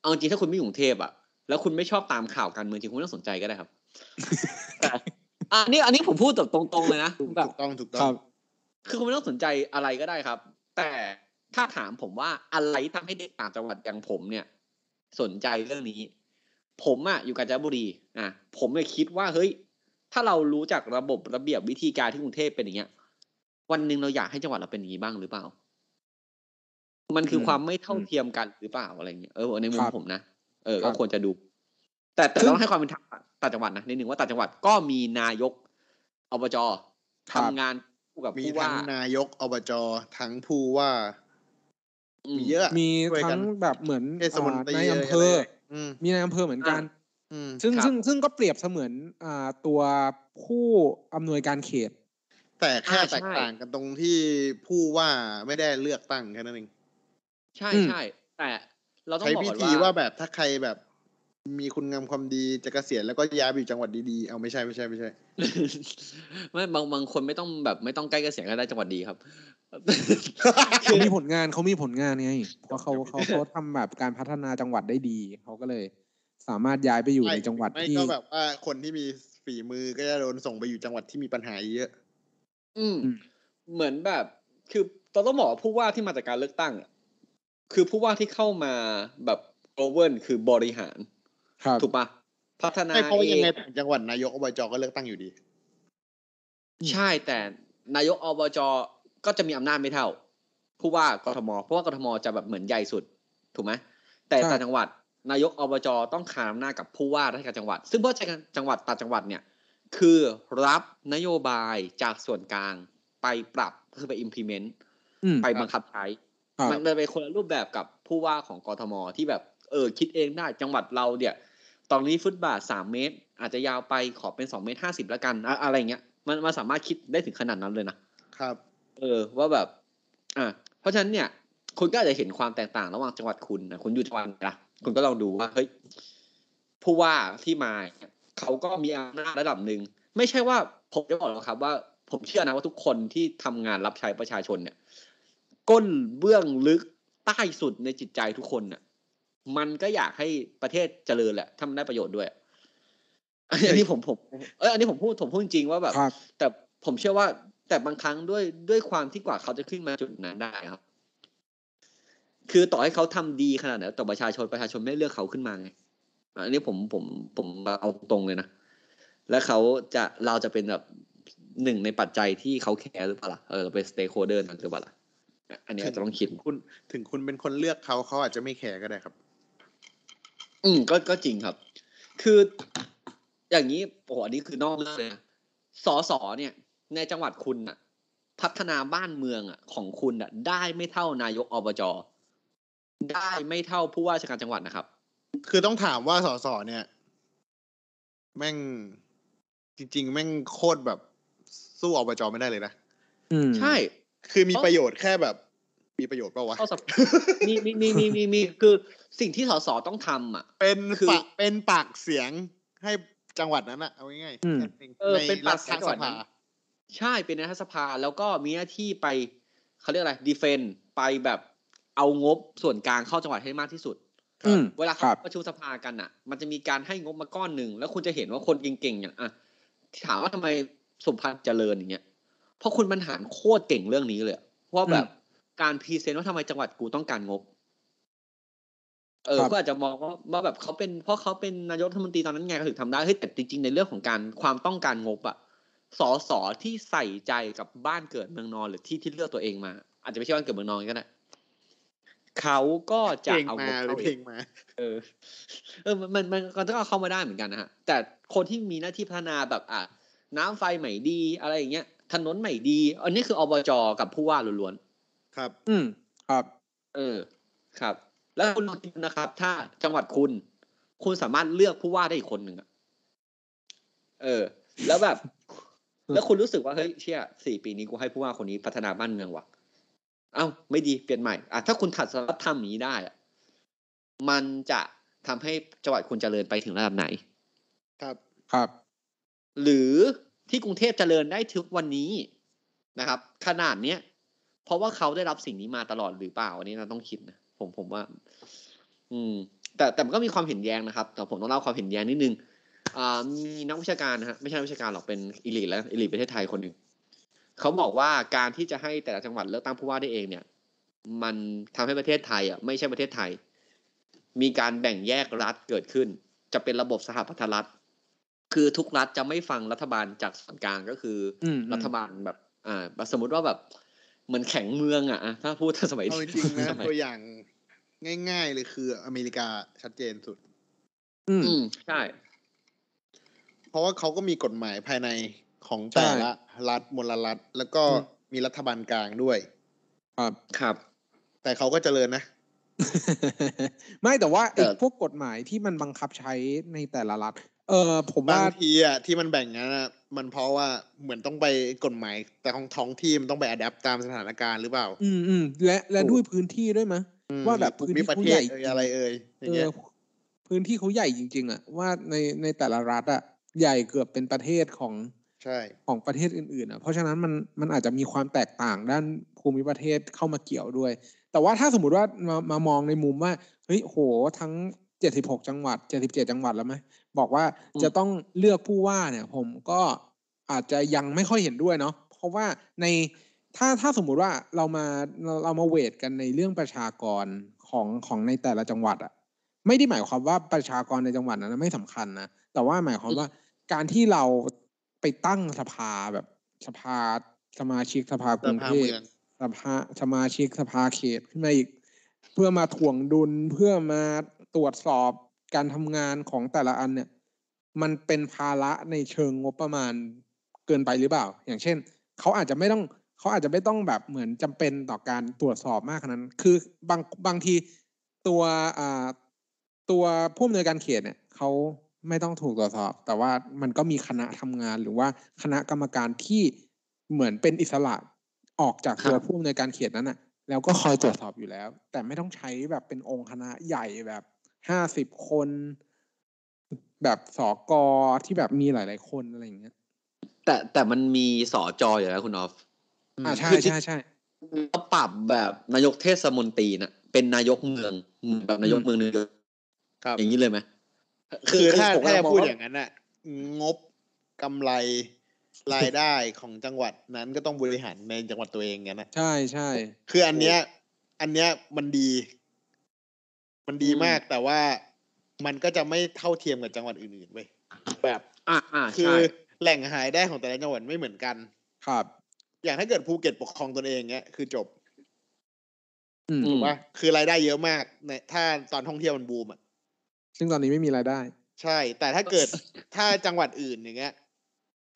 [SPEAKER 4] เอาจริงถ้าคุณไม่อยู่กรุงเทพอะแล้วคุณไม่ชอบตามข่าวการเมืองจริงคุณไม่ต้องสนใจก็ได้ครับ แต่อันนี้อันนี้ผมพูดแบบตรงๆเลยนะแบบ
[SPEAKER 5] ถูกต้องถูกต้
[SPEAKER 6] ค
[SPEAKER 5] อ
[SPEAKER 6] รั
[SPEAKER 5] ง
[SPEAKER 6] บ
[SPEAKER 4] คือคุณไม่ต้องสนใจอะไรก็ได้ครับ แต่ถ้าถามผมว่าอะไรทำให้เด็กต่างจังหวัดอย่างผมเนี่ย สนใจเรื่องนี้ ผมอะอยู่กาญจนบุรีอ่ะผมเลยคิดว่าเฮ้ย ถ้าเรารู้จักระบบระเบียบวิธีการที่กรุงเทพเป็นอย่างเงี้ย วันหนึ่งเราอยากให้จังหวัดเราเป็นอย่างนี้บ้างหรือเปล่า มันคืออ
[SPEAKER 5] ม
[SPEAKER 4] ความไม่เท่าเทียมกันหรือเปล่าอะไรเงี้ยเออในมุม
[SPEAKER 6] ครับ
[SPEAKER 4] ผมนะเออ
[SPEAKER 6] ครั
[SPEAKER 4] ก็
[SPEAKER 6] บ
[SPEAKER 4] ควรจะดู แต่แต่ต้องให้ความเป็นธรรมต่างจังหวัดนะนิดนึงว่าต่างจังหวัดก็มีนายกอบจทำงานคู่กับ
[SPEAKER 5] มี
[SPEAKER 4] ผู้
[SPEAKER 5] ทั้
[SPEAKER 4] ว่า
[SPEAKER 5] งนายกอบจทั้งผู้ว่า มีเยอะ
[SPEAKER 6] มี
[SPEAKER 5] ช่วยกั
[SPEAKER 6] ทั้
[SPEAKER 5] น
[SPEAKER 6] งแบบเหมือน
[SPEAKER 5] เทศมนตรี
[SPEAKER 6] อ่านายอำเภอ
[SPEAKER 5] ะไร อืม
[SPEAKER 6] มีนายอำเภอเหมือนกัน
[SPEAKER 5] อืม
[SPEAKER 6] ซึ่ง
[SPEAKER 4] ครับ
[SPEAKER 6] ซึ่งซึ่งก็เปรียบเสมือนอ่าตัวผู้อำนวยการเขต
[SPEAKER 5] แต่แค่
[SPEAKER 4] อ่าใช่
[SPEAKER 5] แตกต่างกันตรงที่ผู้ว่าไม่ได้เลือกตั้งแค่นั้นเอง
[SPEAKER 4] ใช่
[SPEAKER 6] อืม
[SPEAKER 4] ใช่แต่เราต้อง
[SPEAKER 5] ใช้
[SPEAKER 4] บอก
[SPEAKER 5] วิ
[SPEAKER 4] ก่อน
[SPEAKER 5] ธีว่า
[SPEAKER 4] ว่า
[SPEAKER 5] แบบถ้าใครแบบ มีคุณงามความดีจะเกษียณแล้วก็ย้ายไปอยู่จังหวัดดีๆ เอาไม่ใช่ไม่ใช่ไม่ใช่
[SPEAKER 4] ไม่ บางบางคนไม่ต้องแบบไม่ต้องใกล้เกษียณก็ได้จังหวัดดี ครับ
[SPEAKER 6] เขามีผลงานเขามีผลงานไงเพราะเขาเขาเขาทำแบบการพัฒนาจังหวัดได้ดี เขาก็เลย สามารถย้ายไปอยู่ในจังหวัด
[SPEAKER 5] ไม่
[SPEAKER 6] ที่
[SPEAKER 5] ก็แบบว่าคนที่มีฝีมือก็จะโดนส่งไปอยู่จังหวัดที่มีปัญหาเยอะ
[SPEAKER 4] อืม เหมือนแบบ คือเราต้องบอกว่าผู้ว่าที่มาจากการเลือกตั้งอะคือผู้ว่าที่เข้ามาแบบโอเวอร์คือบริหาร
[SPEAKER 6] ครับ
[SPEAKER 4] ถูกปะพัฒนา
[SPEAKER 5] ไม่เพราะว่า
[SPEAKER 4] เอ
[SPEAKER 5] ยัง
[SPEAKER 4] ง
[SPEAKER 5] ไงต่างจังหวัดนายกอบจก็เลือกตั้งอยู่ดี
[SPEAKER 4] ใช่แต่นายกอบจก็จะมีอำนาจไม่เท่า ผู้ว่ากทมเพราะว่ากทมจะแบบเหมือนใหญ่สุด ถูกไหมแต่
[SPEAKER 6] ใช่
[SPEAKER 4] ต่างจังหวัด นายกอบจต้องคานอำนาจกับผู้ว่าราชการจังหวัด ซึ่งผู้ว่าราชการจังหวัดต่างจังหวัดเนี่ย คือรับนโยบายจากส่วนกลางไปปรับคือไป implement
[SPEAKER 6] อืม
[SPEAKER 4] ไปบังคับใช้
[SPEAKER 6] ครับ
[SPEAKER 4] มันเลยเป็นคนละรูปแบบกับผู้ว่าของกทมที่แบบเออคิดเองได้จังหวัดเราเนี่ย ตอนนี้ฟุตบาทสามเมตร อาจจะยาวไปขอเป็นสองเมตรห้าสิบละกันอะอะไรเงี้ยมันมันสามารถคิดได้ถึงขนาดนั้นเลยนะครับ เออว่าแบบ อ่ะเพราะฉะนั้นเนี่ยคุณก็อาจจะเห็นความแตกต่างระหว่างจังหวัดคุณนะคุณอยู่จังหวัดไหนละคุณก็ลองดูว่าเฮ้ยผู้ว่าที่มาเนี่ยเขาก็มีอำนาจระดับหนึ่งไม่ใช่ว่าผมจะบอกหรอกครับว่าผมเชื่อนะว่าทุกคนที่ทำงานรับใช้ประชาชนเนี่ย ก้นเบื้องลึกใต้สุดในจิตใจทุกคนน่ะ มันก็อยากให้ประเทศเจริญแหละถ้ามันได้ประโยชน์ด้วย อันนี้อันนี้ผมผมเอออันนี้ผมพูดผมพูดจริงๆว่าแบบ
[SPEAKER 6] ครับ
[SPEAKER 4] แต่ผมเชื่อว่าแต่บางครั้งด้วยด้วยความที่กว่าเขาจะขึ้นมาจุดนั้นได้ครับ คือต่อให้เขาทำดีขนาดไหนแต่อประชาชนประชาชนไม่เลือกเขาขึ้นมาไงอันนี้ผมผมผมเอาตรงเลยนะ แล้วเขาจะเราจะเป็นแบบหนึ่งในปัจจัยที่เขาแคร์หรือเปล่าล่ะเออเราเป็นสเต็กโฮเดอร์หรือเปล่าล่ะอันนี้อาจจะต้องคิด
[SPEAKER 5] คุณถึงคุณเป็นคนเลือกเขาเขาอาจจะไม่แคร์ก็ได้ครับ
[SPEAKER 4] อืมก็ก็จริงครับ คืออย่างนี้โอ้โหอันนี้คือนอกเรื่องเลยนะสอสอเนี่ย ในจังหวัดคุณน่ะ พัฒนาบ้านเมืองอ่ะของคุณอ่ะ ได้ไม่เท่านายกอบจได้ไม่เท่าผู้ว่าราชการจังหวัดนะครับ
[SPEAKER 5] คือต้องถามว่าสสเนี่ย แม่งจริง ๆ แม่งโคตรแบบสู้อบจไม่ได้เลยนะ
[SPEAKER 6] อืม
[SPEAKER 4] ใช่
[SPEAKER 5] คือมีประโยชน์แค่แบบ มีประโยชน์เปล่าวะ
[SPEAKER 4] เข้า สภามีมีมีมีมีมีคือสิ่งที่สสต้องทำอ่ะ
[SPEAKER 5] เป็น
[SPEAKER 4] คือ
[SPEAKER 5] ปะเป็นปากเสียงให้จังหวัดนั้นอะเอาง่าย
[SPEAKER 6] อืม
[SPEAKER 5] ๆ
[SPEAKER 4] เออ
[SPEAKER 5] ใน
[SPEAKER 4] เป็น
[SPEAKER 5] รั
[SPEAKER 4] ปา
[SPEAKER 5] ฐ
[SPEAKER 4] กเสียง
[SPEAKER 5] ส
[SPEAKER 4] ก่อน
[SPEAKER 5] ภา
[SPEAKER 4] นั้นใช่เป็นในรัฐสภาแล้วก็มีหน้าที่ไปเขาเรียกอะไรดีเฟนไปแบบเอางบส่วนกลางเข้าจังหวัดให้มากที่สุด
[SPEAKER 6] อืม
[SPEAKER 4] เวลา
[SPEAKER 6] ครั
[SPEAKER 4] เขา
[SPEAKER 6] บ
[SPEAKER 4] ประชุมสภากันอ่ะ มันจะมีการให้งบมาก้อนหนึ่ง แล้วคุณจะเห็นว่าคนเก่งๆอย่างอ่ะถามว่าทำไมสมพันธ์เจริญอย่างเงี้ยเพราะคุณบรรหารโคตรเก่งเรื่องนี้เลยว่าแบบการพรีเซนต์ว่าทำไมจังหวัดกูต้องการงบ เออ
[SPEAKER 6] ครับ
[SPEAKER 4] ก็อาจจะมองว่าว่าแบบเขาเป็นเพราะเขาเป็นนายกรัฐมนตรีตอนนั้นไงเขาถึงทำได้เฮ้ยแต่จริง ๆ ในเรื่องของการความต้องการงบอะสอสอที่ใส่ใจกับบ้านเกิดเมืองนอนหรือที่ที่เลือกตัวเองมา อาจจะไม่ใช่บ้านเกิดเมืองนอนก็ได้เขาก็จะ
[SPEAKER 5] เพลง
[SPEAKER 4] เอา
[SPEAKER 5] มา
[SPEAKER 4] บ
[SPEAKER 5] งหรือ
[SPEAKER 4] เข้า
[SPEAKER 5] เพ
[SPEAKER 4] เอ
[SPEAKER 5] ล
[SPEAKER 4] ง
[SPEAKER 5] งมา
[SPEAKER 4] เออเออมันมันมันก็ต้องเอาเข้ามาได้เหมือนกันนะฮะ แต่คนที่มีหน้าที่พัฒนาแบบอ่ะน้ำไฟใหม่ดีอะไรอย่างเงี้ยถนนใหม่ดี อันนี้คืออบจกับผู้ว่าล้วน
[SPEAKER 5] ครับ
[SPEAKER 6] อืมครับ
[SPEAKER 4] ๆเออ ครับ แล้วคุณลองคิดดูนะครับ ถ้าจังหวัดคุณ คุณสามารถเลือกผู้ว่าได้อีกคนหนึ่งอะเออ แล้วแบบ แล้วคุณรู้สึกว่าเฮ้ยเชี่ยสี่ปีนี้กูให้ผู้ว่าคนนี้พัฒนาบ้านเมืองว่ะเอ้าไม่ดีเปลี่ยนใหม่อ่ะถ้าคุณถัดสลับทำอย่างนี้ได้อะมันจะทำให้จังหวัดคุณเจริญไปถึงระดับไหน
[SPEAKER 5] ครับ
[SPEAKER 6] ครับ
[SPEAKER 4] หรือที่กรุงเทพเจริญได้ทุกวันนี้นะครับ ขนาดเนี้ยเพราะว่าเขาได้รับสิ่งนี้มาตลอดหรือเปล่าอันนี้เราต้องคิดนะผมผมว่า อืม แต่แต่มันก็มีความเห็นแย้งนะครับ แต่ผมต้องเล่าความเห็นแย้งนิดนึงอ่ามีนักวิชาการนะฮะไม่ใช่นักวิชาการหรอกเป็นอิลิทแล้วอิลิทประเทศไทยคนหนึ่งเขาบอกว่าการที่จะให้แต่ละจังหวัดเลือกตั้งผู้ว่าได้เองเนี่ย มันทำให้ประเทศไทยอ่ะไม่ใช่ประเทศไทย มีการแบ่งแยกรัฐเกิดขึ้น จะเป็นระบบสหพันธรัฐ คือทุกรัฐจะไม่ฟังรัฐบาลจากส่วนกลางก็คือ
[SPEAKER 6] อืม
[SPEAKER 4] รัฐบาลแบบอ่าสมมติว่าแบบเหมือนแข็งเมืองอ่ะอ่ะถ้าพูด สมัย
[SPEAKER 5] เอาจริงๆนะ
[SPEAKER 4] สมัย
[SPEAKER 5] ตัวอย่างง่ายๆเลยคืออเมริกาชัดเจนสุด
[SPEAKER 6] อืม
[SPEAKER 4] อืมใช่
[SPEAKER 5] เพราะว่าเขาก็มีกฎหมายภายในของแต่ละรัฐมลรัฐ แล้วก็
[SPEAKER 6] อืม
[SPEAKER 5] มีรัฐบาลกลางด้วย
[SPEAKER 6] ครับ
[SPEAKER 4] ครับ
[SPEAKER 5] แต่เขาก็เจริญนะ
[SPEAKER 6] ไม่แต่ว่าไอ้
[SPEAKER 4] แต่
[SPEAKER 6] พวกกฎหมายที่มันบังคับใช้ในแต่ละรัฐ เออผม
[SPEAKER 5] บา
[SPEAKER 6] ว่า
[SPEAKER 5] งทีอ่ะที่มันแบ่งงั้นอะมันเพราะว่าเหมือนต้องไปกฎหมาย แต่ของท้องที่มันต้องไปอัดแอปตามสถานการณ์หรือเปล่า
[SPEAKER 6] อืมอืมและและ
[SPEAKER 4] ถูก
[SPEAKER 6] ด้วยพื้นที่ด้วยมั้ย
[SPEAKER 5] อืม
[SPEAKER 6] ว่าแบบ
[SPEAKER 5] ภูมิประเทศ
[SPEAKER 6] พื้น
[SPEAKER 5] เอ่ย
[SPEAKER 6] ที่เขาใหญ่
[SPEAKER 5] อะไรเอ่ยอย่า
[SPEAKER 6] เอง
[SPEAKER 5] เงี้
[SPEAKER 6] อยพื้นที่เขาใหญ่จริง ๆ อ่ะ ว่าในในแต่ละรัฐอ่ะใหญ่เกือบเป็นประเทศของ
[SPEAKER 5] ใช่
[SPEAKER 6] ของประเทศอื่นๆอ่ะเพราะฉะนั้นมันมันอาจจะมีความแตกต่างด้านภูมิประเทศเข้ามาเกี่ยวด้วย แต่ว่าถ้าสมมติว่ามามามองในมุมว่าเฮ้ยโหทั้ง 76 จังหวัด 77 จังหวัดแล้วไหมบอกว่า
[SPEAKER 4] อืม
[SPEAKER 6] จะต้องเลือกผู้ว่าเนี่ย ผมก็อาจจะยังไม่ค่อยเห็นด้วยเนาะเพราะว่าในถ้าถ้าสมมุติว่าเรามาเราเรามาเวทกันในเรื่องประชากรของของในแต่ละจังหวัดอะ ไม่ได้หมายความว่าประชากรในจังหวัดนั้นไม่สำคัญนะ แต่ว่าหมายความว่าการที่เราไปตั้งสภาแบบสภาสมาชิกสภาก
[SPEAKER 5] ส
[SPEAKER 6] รุง
[SPEAKER 5] ภา
[SPEAKER 6] เทพ
[SPEAKER 5] เมือง
[SPEAKER 6] สภาสมาชิกสภาเขตขึ้นมาอีก เพื่อมาถ่วงดุลเพื่อมาตรวจสอบการทำงานของแต่ละอันเนี่ย มันเป็นภาระในเชิงงบประมาณเกินไปหรือเปล่า อย่างเช่น เขาอาจจะไม่ต้องเขาอาจจะไม่ต้องแบบเหมือนจำเป็นต่อการตรวจสอบมากขนาดนั้น คือบางบางทีตัวอ่าตัวผู้อำนวยการเขตเนี่ยเขาไม่ต้องถูกตรวจสอบ แต่ว่ามันก็มีคณะทำงานหรือว่าคณะกรรมการที่เหมือนเป็นอิสระออกจากตัวผู้อำนวยการเขตนั้นน่ะ แล้วก็คอยตรวจสอบอยู่แล้ว แต่ไม่ต้องใช้แบบเป็นองค์คณะใหญ่แบบห้าสิบคน แบบสอกอที่แบบมีหลาย ๆ คนอะไรอย่างเงี้ย
[SPEAKER 4] แต่แต่มันมีสอจออยู่แล้วคุณออฟ
[SPEAKER 6] อ่าใช่ใช่ใช่
[SPEAKER 4] ก็ปรับแบบนายกเทศมนตรีนะเป็นนายกเมืองเหมือนแบบนายกเมืองนึงเลย
[SPEAKER 5] ครับ
[SPEAKER 4] อย่างนี้เลยไหม
[SPEAKER 5] คือถ้า
[SPEAKER 4] ผม
[SPEAKER 5] ถ้าจะ
[SPEAKER 4] ม
[SPEAKER 5] พูด
[SPEAKER 4] ว่
[SPEAKER 5] อย่างนั้นน่ะ งบกำไรรายได้ของจังหวัดนั้นก็ต้องบริหารในจังหวัดตัวเองไงนะ
[SPEAKER 6] ใช่ใช่
[SPEAKER 5] คืออันเนี้ย อันเนี้ยมันดี มันดีมากแต่ว่ามันก็จะไม่เท่าเทียมกับจังหวัดอื่นๆเว้ยแบบ
[SPEAKER 4] อ่าอ่า
[SPEAKER 5] คื
[SPEAKER 4] ใช่
[SPEAKER 5] อแหล่งหายได้ของแต่ละจังหวัดไม่เหมือนกัน
[SPEAKER 6] ครับ
[SPEAKER 5] อย่างถ้าเกิดภูเก็ตปกครองตนเองเงี้ยคือจบ
[SPEAKER 6] อืม
[SPEAKER 4] อืม
[SPEAKER 5] ว่าคือรายได้เยอะมากในถ้าตอนท่องเที่ยวมันบูมอ่ะ
[SPEAKER 6] ซึ่งตอนนี้ไม่มีรายได้
[SPEAKER 5] ใช่ แต่ถ้า เกิดถ้าจังหวัดอื่นอย่างเงี้ย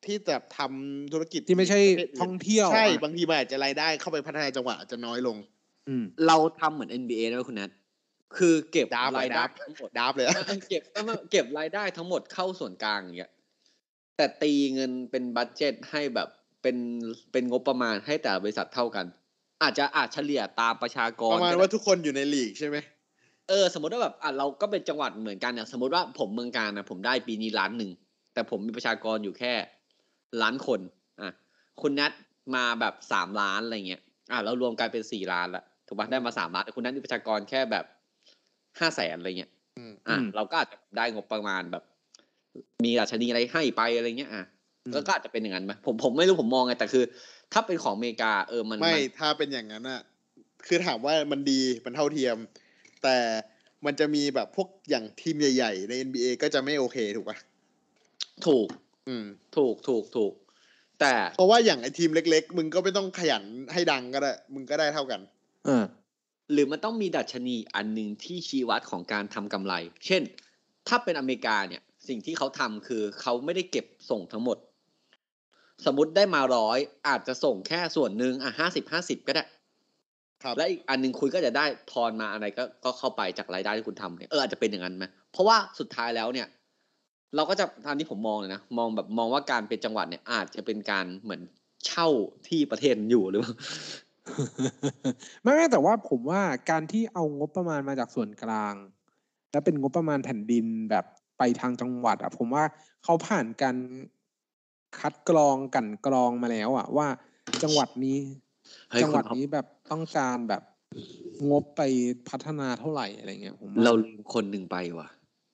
[SPEAKER 5] ที่แบบทำธุรกิจ
[SPEAKER 6] ที่ไม่ใช่
[SPEAKER 5] ประเภทน
[SPEAKER 6] ท่องเที่ยว
[SPEAKER 5] ใช่
[SPEAKER 6] อ่ะ
[SPEAKER 5] บางทีมันอาจจะรายได้เข้าไปพัฒนาจังหวัดอาจจะน้อยลง
[SPEAKER 6] อืม
[SPEAKER 4] เราทำเหมือน NBA นะคุณนัทคือเก็บ
[SPEAKER 5] ดับ
[SPEAKER 4] รายได้
[SPEAKER 5] ดับ
[SPEAKER 4] ทั้งหมด
[SPEAKER 5] ดับเลยอะ
[SPEAKER 4] เออเก็บไม่ไม่เก็บรายได้ทั้งหมดเข้าส่วนกลางอย่างเงี้ยแต่ตีเงินเป็นบัตเจตให้แบบเป็นเป็นงบประมาณให้แต่ละบริษัทเท่ากัน อาจจะอาจเฉลี่ยตามประชากร
[SPEAKER 5] ประมาณ
[SPEAKER 4] ก็ได้
[SPEAKER 5] ว่าทุกคนอยู่ในลีกใช่ไหม
[SPEAKER 4] เออสมมติว่าแบบอ่ะเราก็เป็นจังหวัดเหมือนกันเนี่ยสมมติว่าผมเมืองการนะผมได้ปีนี้ล้านหนึ่งแต่ผมมีประชากรอยู่แค่ล้านคนอ่ะคุณนัทมาแบบสามล้านอะไรเงี้ยอ่ะเรารวมกันเป็นสี่ล้านละถูกป่ะได้มาสามล้านแต่คุณนัทมีประชากรแค่แบบห้าแสนอะไรเงี้ย
[SPEAKER 5] อืม
[SPEAKER 4] อ่ะ
[SPEAKER 6] อืม
[SPEAKER 4] เราก็อาจจะได้งบประมาณแบบ มีดัชนีอะไรให้ไปอะไรเงี้ยอ่ะก็ก็อาจจะเป็นอย่างนั้นไหมผมผมไม่รู้ผมมองไงแต่คือ ถ้าเป็นของอเมริกาเออมัน
[SPEAKER 5] ไม่
[SPEAKER 4] น
[SPEAKER 5] ถ้าเป็นอย่างนั้นอะคือถามว่ามันดีมันเท่าเทียม แต่มันจะมีแบบพวกอย่างทีมใหญ่ ๆ ใน NBA ก็จะไม่โอเคถูกปะ
[SPEAKER 4] ถูก
[SPEAKER 5] อืม
[SPEAKER 4] ถูกถูกถูก แต่
[SPEAKER 5] เพราะว่าอย่างไอทีมเล็ก ๆ มึงก็ไม่ต้องขยันให้ดังก็ได้ มึงก็ได้เท่ากัน
[SPEAKER 6] เออ
[SPEAKER 4] หรือมันต้องมีดัชนีอันหนึ่งที่ชี้วัดของการทำกำไร เช่น ถ้าเป็นอเมริกาเนี่ยสิ่งที่เขาทำคือเขาไม่ได้เก็บส่งทั้งหมด สมมติได้มาร้อยอาจจะส่งแค่ส่วนหนึ่งอ่ะห้าสิบห้าสิบก็ได้
[SPEAKER 5] ครับ
[SPEAKER 4] และอีกอันหนึ่งคุณก็จะได้ทอนมาอะไรก็ก็เข้าไปจากรายได้ที่คุณทำเนี่ยเอออาจจะเป็นอย่างนั้นไหมเพราะว่าสุดท้ายแล้วเนี่ย เราก็จะตามที่ผมมองเลยนะมองแบบมองว่าการเป็นจังหวัดเนี่ย อาจจะเป็นการเหมือนเช่าที่ประเทศอยู่หรือเปล่า
[SPEAKER 6] ไม่ไม่แต่ว่าผมว่าการที่เอางบประมาณมาจากส่วนกลาง แล้วเป็นงบประมาณแผ่นดินแบบไปทางจังหวัดอะผมว่าเขาผ่านการคัดกรองกลันกรองมาแล้วอะว่าจังหวัดนี้
[SPEAKER 4] เฮ้ย
[SPEAKER 6] จังหวัด
[SPEAKER 4] คุณท็อป
[SPEAKER 6] นี้แบบต้องการแบบงบไปพัฒนาเท่าไหร่อะไรเงี้ยผมว่
[SPEAKER 4] เราลืมคนหนึ่งไปว่ะ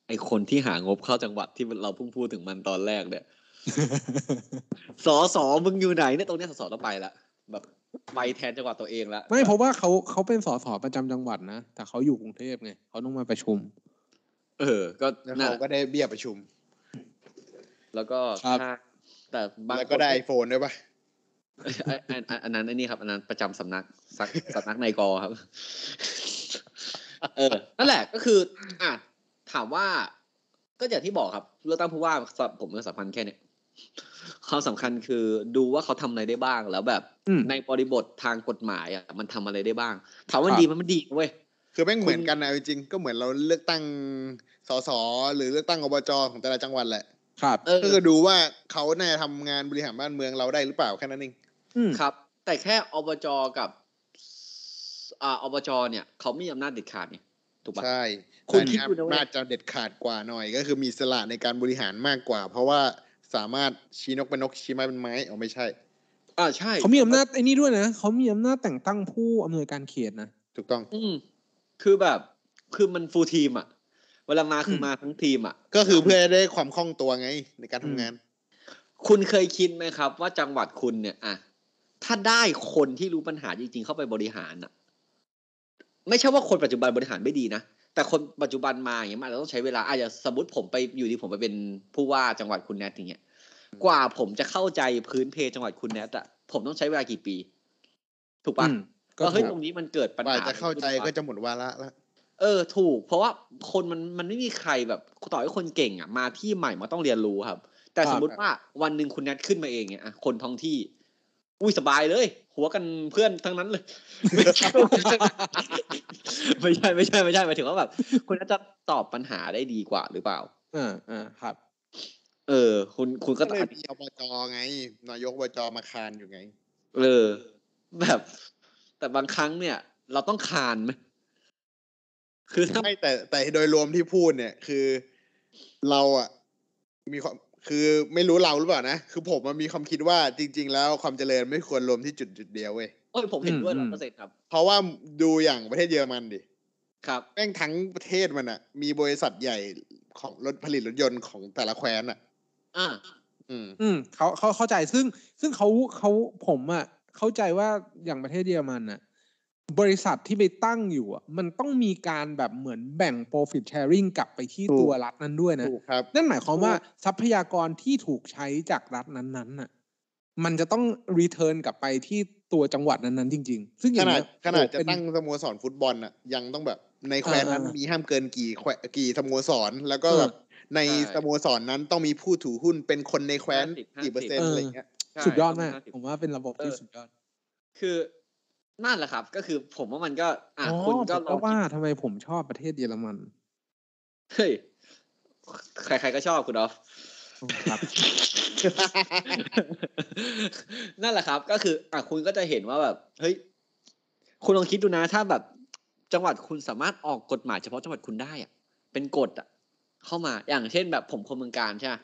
[SPEAKER 4] ไอคนที่หางบเข้าจังหวัดที่เราเพิ่งพูดถึงมันตอนแรกเนี่ย สอสอมึงอยู่ไหนเนี่ยตรงเนี้ยสอสอเราไปละแบบไปแทนจังหวัดตัวเองละ
[SPEAKER 6] ไม่เพราะว่าเขาเขาเป็นสสประจำจังหวัดนะแต่เขาอยู่กรุงเทพไงเขาต้องมาประชุม
[SPEAKER 4] เออ ก็
[SPEAKER 5] แล้ว
[SPEAKER 4] นั่น
[SPEAKER 5] เขา
[SPEAKER 4] แห
[SPEAKER 5] ก็
[SPEAKER 4] ละ
[SPEAKER 5] ได้เบี้ยประชุม
[SPEAKER 4] แล้วก็
[SPEAKER 6] ครับ
[SPEAKER 4] ค่าแต่บาง
[SPEAKER 5] แล้วก็ได้
[SPEAKER 4] ค
[SPEAKER 5] ไอน โฟนด้วยปะ
[SPEAKER 4] ไอ้ไอ้ไอ้อันนั้นไอ้นี่ครับ อันนั้นประจำสำนักสักสำนักนายกอครับ เออ นั่นแหละก็คืออ่ะถามว่าก็อย่างที่บอกครับเลือกตั้งผู้ว่าสำหรับผมมันสำคัญแค่เนี้ยความสำคัญคือดูว่าเขาทำอะไรได้บ้างแล้วแบบ
[SPEAKER 6] อืม
[SPEAKER 4] ในบริบททางกฎหมายอ่ะมันทำอะไรได้บ้าง ถามว่า
[SPEAKER 6] ครับ
[SPEAKER 4] ดีมันมันดีเว้ย
[SPEAKER 5] คือแม่งเหมือน
[SPEAKER 4] คุณ
[SPEAKER 5] กันนะเอาจริงๆก็เหมือนเราเลือกตั้งสสหรือเลือกตั้งอบจของแต่ละจังหวัดแหละ
[SPEAKER 6] ครับ
[SPEAKER 4] เออ
[SPEAKER 5] ก็คือดูว่าเขาน่าจะทำงานบริหารบ้านเมืองเราได้หรือเปล่าแค่นั้นเอง
[SPEAKER 6] อืม
[SPEAKER 4] ครับ แต่แค่อบจกับอ่าอบจเนี่ย เขามีอำนาจเด็ดขาดเนี่ยถูกปะ
[SPEAKER 5] ใช่
[SPEAKER 4] คุณ
[SPEAKER 5] แต่
[SPEAKER 4] คิดดูนะเว้ย
[SPEAKER 5] น่าจะเด็ดขาดกว่าหน่อย ก็คือมีสละในการบริหารมากกว่า เพราะว่าสามารถชี้นกเป็นนกชี้ไม้เป็นไม้เออไม่ใช่
[SPEAKER 4] อ่าใช่
[SPEAKER 6] เขามีอำนาจไอ้นี่ด้วยนะเขามีอำนาจแต่งตั้งผู้อำนวยการเขตนะ
[SPEAKER 5] ถูกต้อง
[SPEAKER 4] อืมคือแบบ คือมันฟูลทีมอ่ะ เวลามาคือมาทั้งทีมอ่ะ
[SPEAKER 5] ก็คือเพื่อได้ความคล่องตัวไงในการทำงาน
[SPEAKER 4] คุณเคยคิดไหมครับ ว่าจังหวัดคุณเนี่ยอ่ะถ้าได้คนที่รู้ปัญหาจริงๆ เข้าไปบริหารอ่ะ ไม่ใช่ว่าคนปัจจุบันบริหารไม่ดีนะ แต่คนปัจจุบันมาอย่างเงี้ยมันอาจจะต้องใช้เวลาอาจจะสมมติผมไปอยู่ดีผมไปเป็นผู้ว่าจังหวัดคุณแนทอย่างเงี้ย กว่าผมจะเข้าใจพื้นเพจังหวัดคุณแนทอ่ะผมต้องใช้เวลากี่ปี ถูกปะ
[SPEAKER 6] อืมก็
[SPEAKER 4] ก็เฮ้ย
[SPEAKER 6] ถูก
[SPEAKER 4] ตรงนี้มันเกิดปัญ
[SPEAKER 5] กว่า
[SPEAKER 4] หา
[SPEAKER 5] จะเข้าใจก็จะหมดวาระละ
[SPEAKER 4] เออถูก เพราะว่าคนมันมันไม่มีใครแบบต่อให้คนเก่งอ่ะมาที่ใหม่มาต้องเรียนรู้ครับ แต่
[SPEAKER 6] ครับ
[SPEAKER 4] สมมติว่าวันหนึ่งคุณแนทขึ้นมาเองเนี่ยอ่ะคนท้องที่ อุ้ยสบายเลย หัวกันเพื่อนทั้งนั้นเลย ไม่ใช่ไม่ใช่ไม่ใช่ไม่ใช่หมายถึงว่าแบบคุณแนทจะตอบปัญหาได้ดีกว่าหรือเปล่า
[SPEAKER 6] อ่าอ่าครับ
[SPEAKER 4] เออ คุณคุณก็
[SPEAKER 5] ก็
[SPEAKER 4] ต้อง
[SPEAKER 5] เลยมีอบจไงนายกอบจมาคานอยู่ไง
[SPEAKER 4] เออ แบบ แต่บางครั้งเนี่ย เราต้องคานไหมคือถ้า
[SPEAKER 5] ไม่แต่แต่โดยรวมที่พูดเนี่ยคือเราอะมีความคือไม่รู้เราหรือเปล่านะ คือผมมันมีความคิดว่าจริง ๆ แล้วความเจริญไม่ควรรวมที่จุดจุดเดียวเว้ย
[SPEAKER 4] โอ้ยผมเห็นด้วย
[SPEAKER 6] อืม
[SPEAKER 4] ร้อยเปอร์เซ็นต์ครับ
[SPEAKER 5] เพราะว่าดูอย่างประเทศเยอรมันดิ
[SPEAKER 4] ครับ
[SPEAKER 5] แม่งทั้งประเทศมันอะมีบริษัทใหญ่ของรถผลิตรถยนต์ของแต่ละแคว้นอะ
[SPEAKER 4] อ่า
[SPEAKER 5] อืม
[SPEAKER 6] อืมเขาเขาเข้าใจซึ่งซึ่งเขาเขาผมอะ่ะเข้าใจว่าอย่างประเทศเยอรมันน่ะบริษัทที่ไปตั้งอยู่อะ่ะมันต้องมีการแบบเหมือนแบ่ง profit sharing กลับไปที่
[SPEAKER 5] ถูก
[SPEAKER 6] ตัวรัฐนั้นด้วยนะ
[SPEAKER 5] ถูกครับ
[SPEAKER 6] นั่นหมายความว่าทรัพยากรที่ถูกใช้จากรัฐนั้นๆน่ะมันจะต้อง return กลับไปที่ตัวจังหวัดนั้นๆจริง ๆ ซึ่งอ
[SPEAKER 5] ข
[SPEAKER 6] ย่าง
[SPEAKER 5] นาด
[SPEAKER 6] เงี้ย
[SPEAKER 5] ขนาดจะ
[SPEAKER 6] เป็น
[SPEAKER 5] ตั้งสโมสรฟุตบอลอะยังต้องแบบในแคว้นนั้น
[SPEAKER 6] อ่าอ่ามี
[SPEAKER 5] มีห้ามเกินกี่แควกี่สโมสร แล้วก็
[SPEAKER 6] เออ
[SPEAKER 5] แบบใน
[SPEAKER 4] ใช่
[SPEAKER 5] สโมสรนั้นต้องมีผู้ถือหุ้นเป็นคนในแคว้น
[SPEAKER 4] 50
[SPEAKER 5] กี่เปอร์เซ็นต์อะไรเงี้ย
[SPEAKER 4] ใช่
[SPEAKER 6] สุดยอดมาก
[SPEAKER 4] ประณ50
[SPEAKER 6] ผมว่าเป็นระบบที่
[SPEAKER 4] เออ
[SPEAKER 6] สุดยอด
[SPEAKER 4] คือนั่นแหละครับ ก็คือผมว่ามันก็ อ่ะ
[SPEAKER 6] อ๋อ
[SPEAKER 4] คุณก็ล
[SPEAKER 6] ผ
[SPEAKER 4] อง
[SPEAKER 6] มว่า
[SPEAKER 4] คิด
[SPEAKER 6] ทำไมผมชอบประเทศเยอรมัน
[SPEAKER 4] เฮ้ยใคร ๆ ก็ชอบคุณออฟ
[SPEAKER 6] ครับ
[SPEAKER 4] นั่นแหละครับ ก็คือ อ่ะคุณก็จะเห็นว่าแบบ เฮ้ย คุณลองคิดดูนะ ถ้าแบบจังหวัดคุณสามารถออกกฎหมายเฉพาะจังหวัดคุณได้อะเป็นกฎอะเข้ามาอย่างเช่นแบบผมคนเมืองการใช่ปะ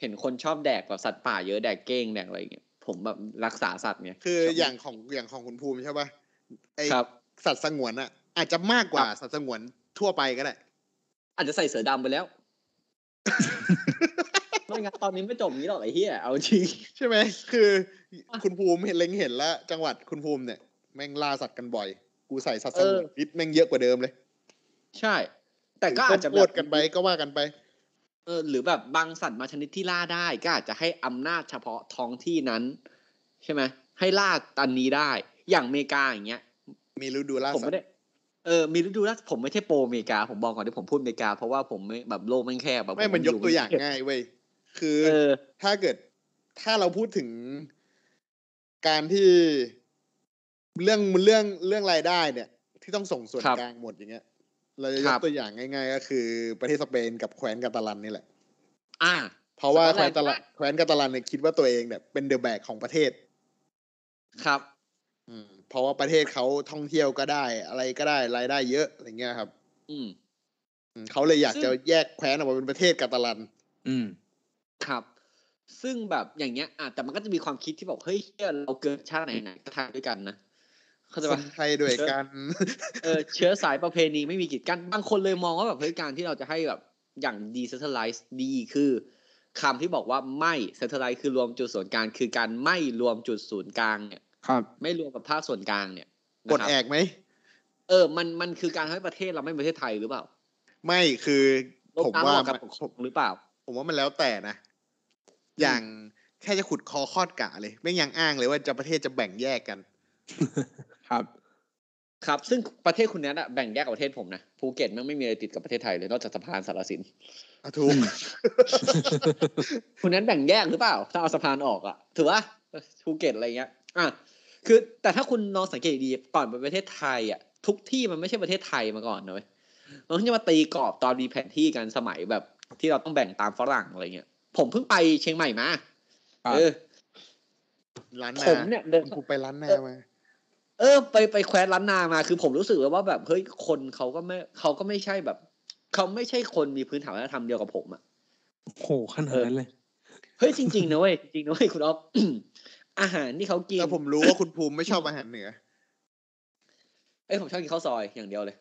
[SPEAKER 4] เห็นคนชอบแดกแบบสัตว์ป่าเยอะแดกเก้งแดกอะไรอย่างเงี้ยผมแบบรักษาสัตว์เนี่ย
[SPEAKER 5] คืออย่างของอย่างของคุณภูมิใช่ป่ะไอ
[SPEAKER 4] ครับ
[SPEAKER 5] สัตว์สงวนอะอาจจะมากกว่าสัตว์สงวนทั่วไปก็ได้
[SPEAKER 4] อาจจะใส่เสือดำไป แล้ว ไม่งั้นตอนนี้ไม่จบนี้หรอกไอ้เหี้ยเอาจริง
[SPEAKER 5] ใช่ไหมคือคุณภูมิเห็นเล็งเห็นแล้ว จังหวัดคุณภูมิเนี่ยแม่งล่าสัตว์กันบ่อย กูใส่สัตว์สงวน
[SPEAKER 4] เออ
[SPEAKER 5] พิษแม่งเยอะกว่าเดิมเลย
[SPEAKER 4] ใช่ แต่ก็อาจจะ
[SPEAKER 5] โค
[SPEAKER 4] แบบ
[SPEAKER 5] ตรกันไปก็ว่ากันไป
[SPEAKER 4] เออหรือแบบบางสัตว์มางชนิดที่ล่าได้ ก็อาจจะให้อำนาจเฉพาะท้องที่นั้น ใช่ไหมให้ล่าตันนี้ได้ อย่างอเมริกาอย่างเงี้ย
[SPEAKER 5] มีฤดูล่า
[SPEAKER 4] ผม
[SPEAKER 5] สัต
[SPEAKER 4] ไม่
[SPEAKER 5] ว์
[SPEAKER 4] ได้ เออ มีฤดูล่าผมไม่ใช่โปรอเมริกา ผมบอกก่อนที่ผมพูดอเมริกา เพราะว่าผมไม่แบบโลกมันแคบแบบ
[SPEAKER 5] ไม่มันยกตัวอย่างง่ายเว้ยคือ
[SPEAKER 4] เออ
[SPEAKER 5] ถ้าเกิดถ้าเราพูดถึงการที่เรื่องเรื่องเรื่องรายได้เนี่ย ที่ต้องส่งส่วน
[SPEAKER 4] ครับ
[SPEAKER 5] กลางหมดอย่างเงี้ย เราจะย
[SPEAKER 4] ครั
[SPEAKER 5] ก
[SPEAKER 4] บ
[SPEAKER 5] ตัวอย่างง่าย ๆ ก็คือ ประเทศสเปนกับแคว้นกาตาลันนี่แหละ
[SPEAKER 4] อ่า
[SPEAKER 5] เพราะว่า
[SPEAKER 4] สเป
[SPEAKER 5] แคว้น
[SPEAKER 4] น
[SPEAKER 5] ตะละแคว้นกาตาลันเนี่ยคิดว่าตัวเองเนี่ยเป็นเดอะแบกของประเทศ
[SPEAKER 4] ครับ
[SPEAKER 5] อืมเพราะว่าประเทศเขาท่องเที่ยวก็ได้ อะไรก็ได้รายได้เยอะอะไรเงี้ยครับ
[SPEAKER 4] อืม
[SPEAKER 5] อืมเขาเลยอยาก
[SPEAKER 4] ซึ่ง
[SPEAKER 5] จะแยกแคว้นออกมาเป็นประเทศกาตาลัน
[SPEAKER 6] อืม
[SPEAKER 4] ครับ ซึ่งแบบอย่างเงี้ยอ่ะแต่มันก็จะมีความคิดที่บอกเฮ้ยเหี้ยเราเกิดชาติไหนๆก็ทานด้วยกันนะ เข้าใจ
[SPEAKER 5] ค
[SPEAKER 4] ปะ
[SPEAKER 5] นไทยด้วยกัน
[SPEAKER 4] เออเชื้อสายประเพณีไม่มีกีดกัน บางคนเลยมองว่าแบบเฮ้ยการที่เราจะให้แบบอย่างดีเซ n t r a l i z e ดีคือคำที่บอกว่าไม่เซ n t r a l i z e คือรวมจุดศูนย์กลางคือการไม่รวมจุดศูนย์กลางเนี่ย
[SPEAKER 6] ครับ
[SPEAKER 4] ไม่รวมกับภาคส่วนกลางเนี่ย
[SPEAKER 5] กด
[SPEAKER 4] นะครับ
[SPEAKER 5] แอกไหม
[SPEAKER 4] เออ มัน มันคือการทำให้ประเทศเราไม่เหมือนประเทศไทยหรือเปล่า
[SPEAKER 5] ไม่คือ
[SPEAKER 4] ลบ
[SPEAKER 5] ผม
[SPEAKER 4] ล้าง
[SPEAKER 5] ว่า
[SPEAKER 4] ระบอบ
[SPEAKER 5] มั
[SPEAKER 4] กาน รปกครองหรือเปล่า
[SPEAKER 5] ผมว่ามันแล้วแต่นะ อย่างแค่จะขุดคอคอดกะเลยไม่งยังอ้างเลยว่าจะประเทศจะแบ่งแยกกัน
[SPEAKER 6] ครับ
[SPEAKER 4] ครับ ซึ่งประเทศคุณแนทอะแบ่งแยกกับประเทศผมนะ ภูเก็ตแมันไม่มีอะไรติดกับประเทศไทยเลย นอกจากสะพานสารสิน
[SPEAKER 5] อ่ะถูก
[SPEAKER 4] คุณแนทแบ่งแยกหรือเปล่า ถ้าเอาสะพานออกอะถือว่าภูเก็ตอะไรเงี้ย อ่ะ คือ แต่ถ้าคุณลองสังเกตดีๆก่อนเป็นประเทศไทยอะทุกที่มันไม่ใช่ประเทศไทยมาก่อนนะเลยมันเพิ่งจะมาตีกรอบตอนมีแผนที่กันสมัยแบบ ที่เราต้องแบ่งตามฝรั่งอะไรเงี้ย ผมเพิ่งไปเชียงใหม่มา
[SPEAKER 6] ครับ
[SPEAKER 4] เออ
[SPEAKER 5] ร้าน
[SPEAKER 4] ผ
[SPEAKER 5] นาม
[SPEAKER 4] เนี่ยเดิน
[SPEAKER 5] คุณภูไปร้านนามา
[SPEAKER 4] เออไปไปแคว้นล้านนามาคือผมรู้สึกเลยว่าแบบเฮ้ยคนเขาก็ไม่เขาก็ไม่ใช่แบบเขาไม่ใช่คนมีพื้นฐานวัฒนธรรมเดียวกับผมอะ
[SPEAKER 6] โอ้โหขนาดนั้นเลย
[SPEAKER 4] เฮ้ยจริงๆนะเว้ยจริงๆนะเว้ยคุณอ๊อฟ อาหารที่เขากิน
[SPEAKER 5] แต่ผมรู้ว่าคุณภูมิไม่ชอบอาหารเหนือ
[SPEAKER 4] เอ้ยผมชอบกินข้าวซอยอย่างเดียวเลย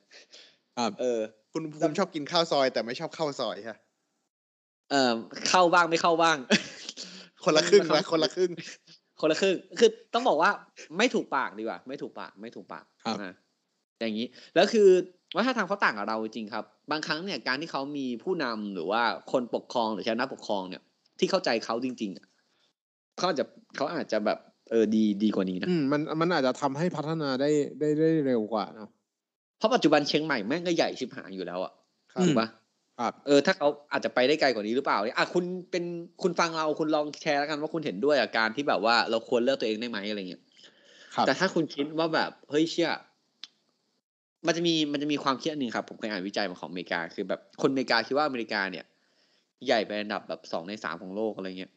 [SPEAKER 6] ครับ
[SPEAKER 4] เออ
[SPEAKER 5] คุณภูมิชอบกินข้าวซอย แต่ไม่ชอบข้าวซอยค่ะ
[SPEAKER 4] เออเข้าบ้างไม่เข้าบ้าง
[SPEAKER 5] คนละครึ่งนะคนละครึ่ง
[SPEAKER 4] คนละครึ่งคือต้องบอกว่าไม่ถูกปากดีกว่า ไม่ถูกปากไม่ถูกปาก
[SPEAKER 6] ครับ
[SPEAKER 4] นะอย่างนี้ แล้วคือวัฒนธรรมเขาต่างกับเราจริงๆครับ บางครั้งเนี่ยการที่เขามีผู้นำหรือว่าคนปกครองหรือชาวนะปกครองเนี่ย ที่เข้าใจเขาจริงๆอะเขาอาจจะเขาอาจจะแบบเออดีดีกว่านี้นะ
[SPEAKER 6] อืมมันมันอาจจะทำให้พัฒนาได้ได้ได้เร็วกว่านะ
[SPEAKER 4] เพราะปัจจุบันเชียงใหม่แม่งก็ใหญ่ชิบหายอยู่แล้วอะ
[SPEAKER 5] ครับ
[SPEAKER 4] ถูกปะ
[SPEAKER 6] ครับ
[SPEAKER 4] เออถ้าเขาอาจจะไปได้ไกลกว่านี้หรือเปล่าเนี่ยอ่ะคุณเป็นคุณฟังเราคุณลองแชร์แล้วกันว่าคุณเห็นด้วยอาการที่แบบว่าเราควรเลือกตัวเองได้ไหมอะไรเงี้ย
[SPEAKER 6] ครับ
[SPEAKER 4] แต่ถ้าคุณคิดว่าแบบเฮ้ยเชื่อ มันจะมีมันจะมีความคิดอันหนึ่งครับ ผมเคยอ่านวิจัยมาของอเมริกา คือแบบคนอเมริกาคิดว่าอเมริกาเนี่ย ใหญ่ไปนอันดับแบบสองในสามของโลกอะไรเงี้ย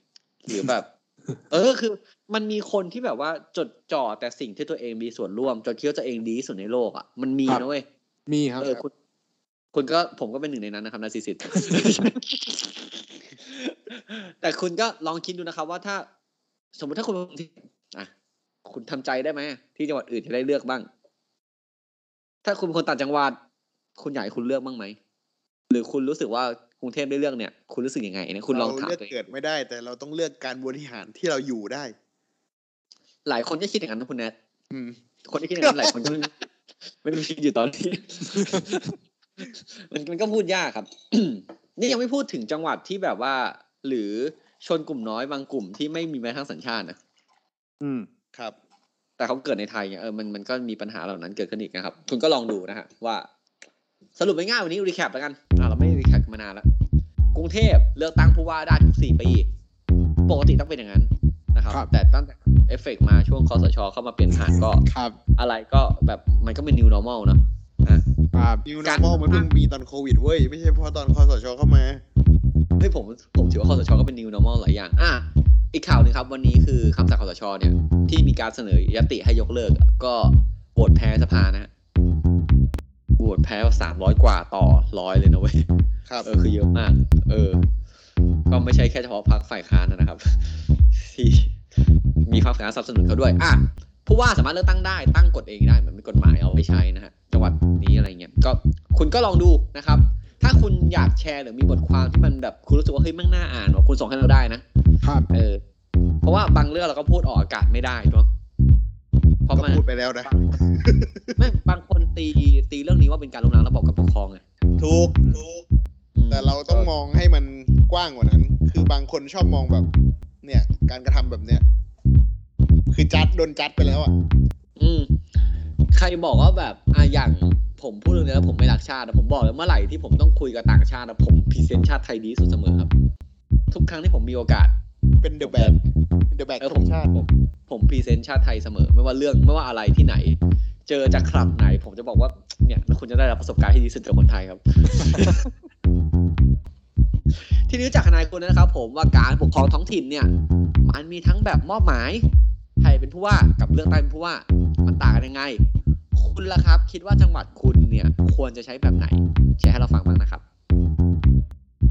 [SPEAKER 4] หรือแบบ เออคือ มันมีคนที่แบบว่าจดจ่อแต่สิ่งที่ตัวเองมีส่วนร่วมจนคิดว่าตัวเองดีที่สุดในโลกอ่ะมันมี
[SPEAKER 6] ครับ
[SPEAKER 4] นะเว้ย
[SPEAKER 6] มีครับ
[SPEAKER 4] เออคุณ คุณก็ผมก็เป็นหนึ่งในนั้นนะครับนาซิสิต แต่คุณก็ลองคิดดูนะครับ ว่าถ้า สมมติถ้าคุณเป็นคนที่อ่ะคุณทำใจได้ไหมที่จังหวัดอื่นจะได้เลือกบ้าง ถ้าคุณเป็นคนต่างจังหวัด คุณอยากให้คุณเลือกบ้างไหมหรือคุณรู้สึกว่ากรุงเทพได้เลือกเนี่ย คุณรู้สึกยังไงเนี่ยคุณลอง
[SPEAKER 5] เรา
[SPEAKER 4] ถาม
[SPEAKER 5] เลือก
[SPEAKER 4] ตัวเอง
[SPEAKER 5] เกิดไม่ได้ แต่เราต้องเลือกการบริหารที่เราอยู่ได้
[SPEAKER 4] หลายคนก็คิดอย่างนั้นนะคุณแนท
[SPEAKER 5] อืม
[SPEAKER 4] คนที่คิดอย่างนั้นห ลายคนก็ไม่ไม่รู้คิดอยู่ตอนนี้ มันมันก็พูดยากครับ นี่ยังไม่พูดถึงจังหวัดที่แบบว่า หรือชนกลุ่มน้อยบางกลุ่มที่ไม่มีแม้ทั้งสัญชาตินะ
[SPEAKER 6] อืม
[SPEAKER 5] ครับ
[SPEAKER 4] แต่เขาเกิดในไทยเนี่ยเออมันมันก็มีปัญหาเหล่านั้นเกิดขึ้นอีกนะครับ คุณก็ลองดูนะฮะว่า สรุปง่ายๆวันนี้รีแคปแล้วกันอ่าเราไม่รีแคปมานานแล้ว กรุงเทพเลือกตั้งผู้ว่าได้ทุกสี่ปี ปกติต้องเป็นอย่างนั้นนะครับ
[SPEAKER 6] ครับ
[SPEAKER 4] แต่ตั้งแต่เอฟเฟกต์มาช่วงคอสชเข้ามาเปลี่ยนผ่านก็
[SPEAKER 6] ครับ
[SPEAKER 4] อะไรก็แบบมันก็เป็น new normal เนอะอ่ะ
[SPEAKER 6] ครับ
[SPEAKER 5] New
[SPEAKER 4] การ
[SPEAKER 5] Normal มันเพิ่งมีตอนโควิดเว้ย ไม่ใช่เพราะตอนคอสชเข้ามา
[SPEAKER 4] เฮ้ยผมผมถือว่าคอสชก็เป็น new normal หลายอย่าง อ่ะ อีกข่าวหนึงครับ วันนี้คือคำสั่งคอสชเนี่ย ที่มีการเสนอยติให้ยกเลิก ก็ โหวตแพ้สภานะฮะโหวตแพ้สามร้อยกว่าต่อร้อยเลยนะเว้ย
[SPEAKER 5] ครับ
[SPEAKER 4] เออคือเยอะมาก เออ ก็ไม่ใช่แค่เฉพาะพรรคฝ่ายค้านนะครับ ที่มีพรรคฝ่ายค้านสนับสนุนเขาด้วย อ่ะผู้ว่าสามารถเลือกตั้งได้ตั้งกฎเองได้เหมือนมีกฎหมายเอาไปใช้นะฮะจังหวัดนี้อะไรเงี้ยก็คุณก็ลองดูนะครับ ถ้าคุณอยากแชร์หรือมีบทความที่มันแบบคุณรู้สึกว่าเฮ้ยแมั่งน่าอ่านว่ะคุณส่งให้เราได้นะ
[SPEAKER 6] ครับ
[SPEAKER 4] เออ เพราะว่าบางเรื่องเราก็พูดออกอากาศไม่ได้เนาะเพราะ
[SPEAKER 5] ก็
[SPEAKER 4] มัน
[SPEAKER 5] พูดไปแล้วนะ
[SPEAKER 4] ไม่บางคนตีตีเรื่องนี้ว่าเป็นการล้มล้างระบอบการปกครองไง
[SPEAKER 5] ถูก
[SPEAKER 4] อืม
[SPEAKER 5] แต่เราต้องมองให้มันกว้างกว่านั้น คือบางคนชอบมองแบบ เนี่ย การกระทำแบบเนี้ย คือจัดโดนจัดไปแล้วอ่ะ
[SPEAKER 4] อืมใครบอกว่าแบบอ่ะอย่างผมพูดเรื่องนี้แล้วผมไม่รักชาตินะผมบอกเลยเมื่อไหร่ที่ผมต้องคุยกับต่างชาตินะผมพรีเซนต์ชาติไทยดีที่สุดเสมอครับ ทุกครั้งที่ผมมีโอกาส
[SPEAKER 5] เป็นเดอะแบกเดอะแบก
[SPEAKER 4] เออ
[SPEAKER 5] ข
[SPEAKER 4] ผ
[SPEAKER 5] อ
[SPEAKER 4] ม
[SPEAKER 5] งชาติ
[SPEAKER 4] ผมผมพรีเซนต์ชาติไทยเสมอ ไม่ว่าเรื่องไม่ว่าอะไรที่ไหน เจอจากคลับไหน ผมจะบอกว่าเนี่ยแล้วคุณจะได้รับประสบการณ์ที่ดีที่สุดจากคนไทยครับ ที่นี้จากทนายคุณนะครับ ผมว่าการปกครองท้องถิ่นเนี่ย มันมีทั้งแบบมอบหมายให้เป็นผู้ว่ากับเลือกตั้งเป็นผู้ว่า มันต่างกันยังไง คุณล่ะครับ คิดว่าจังหวัดคุณเนี่ย ควรจะใช้แบบไหน แชร์ให้เราฟังบ้างนะครับ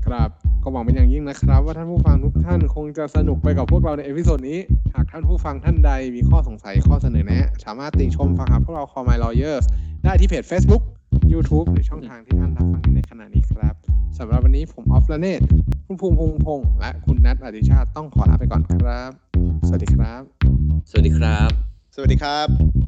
[SPEAKER 6] ครับก็หวังเป็นอย่างยิ่งนะครับ ว่าท่านผู้ฟังทุกท่านคงจะสนุกไปกับพวกเราในเอพิโซดนี้ หากท่านผู้ฟังท่านใดมีข้อสงสัยข้อเสนอแนะ สามารถติชมฟังหาพวกเราคอม m ม l a w เ e อร์ได้ที่เพจ Facebook YouTube หรือช่องทางที่ท่านรับฟังอยู่ในขณะนี้ครับสำหรับวันนี้ผมออฟละเนตคุณภูมิพงษ์พงษ์และคุณนัทอดิชาติต้องขอลาไปก่อนครับ สวัสดีครับ
[SPEAKER 4] สวัสดีครับ
[SPEAKER 5] สวัสดีครับ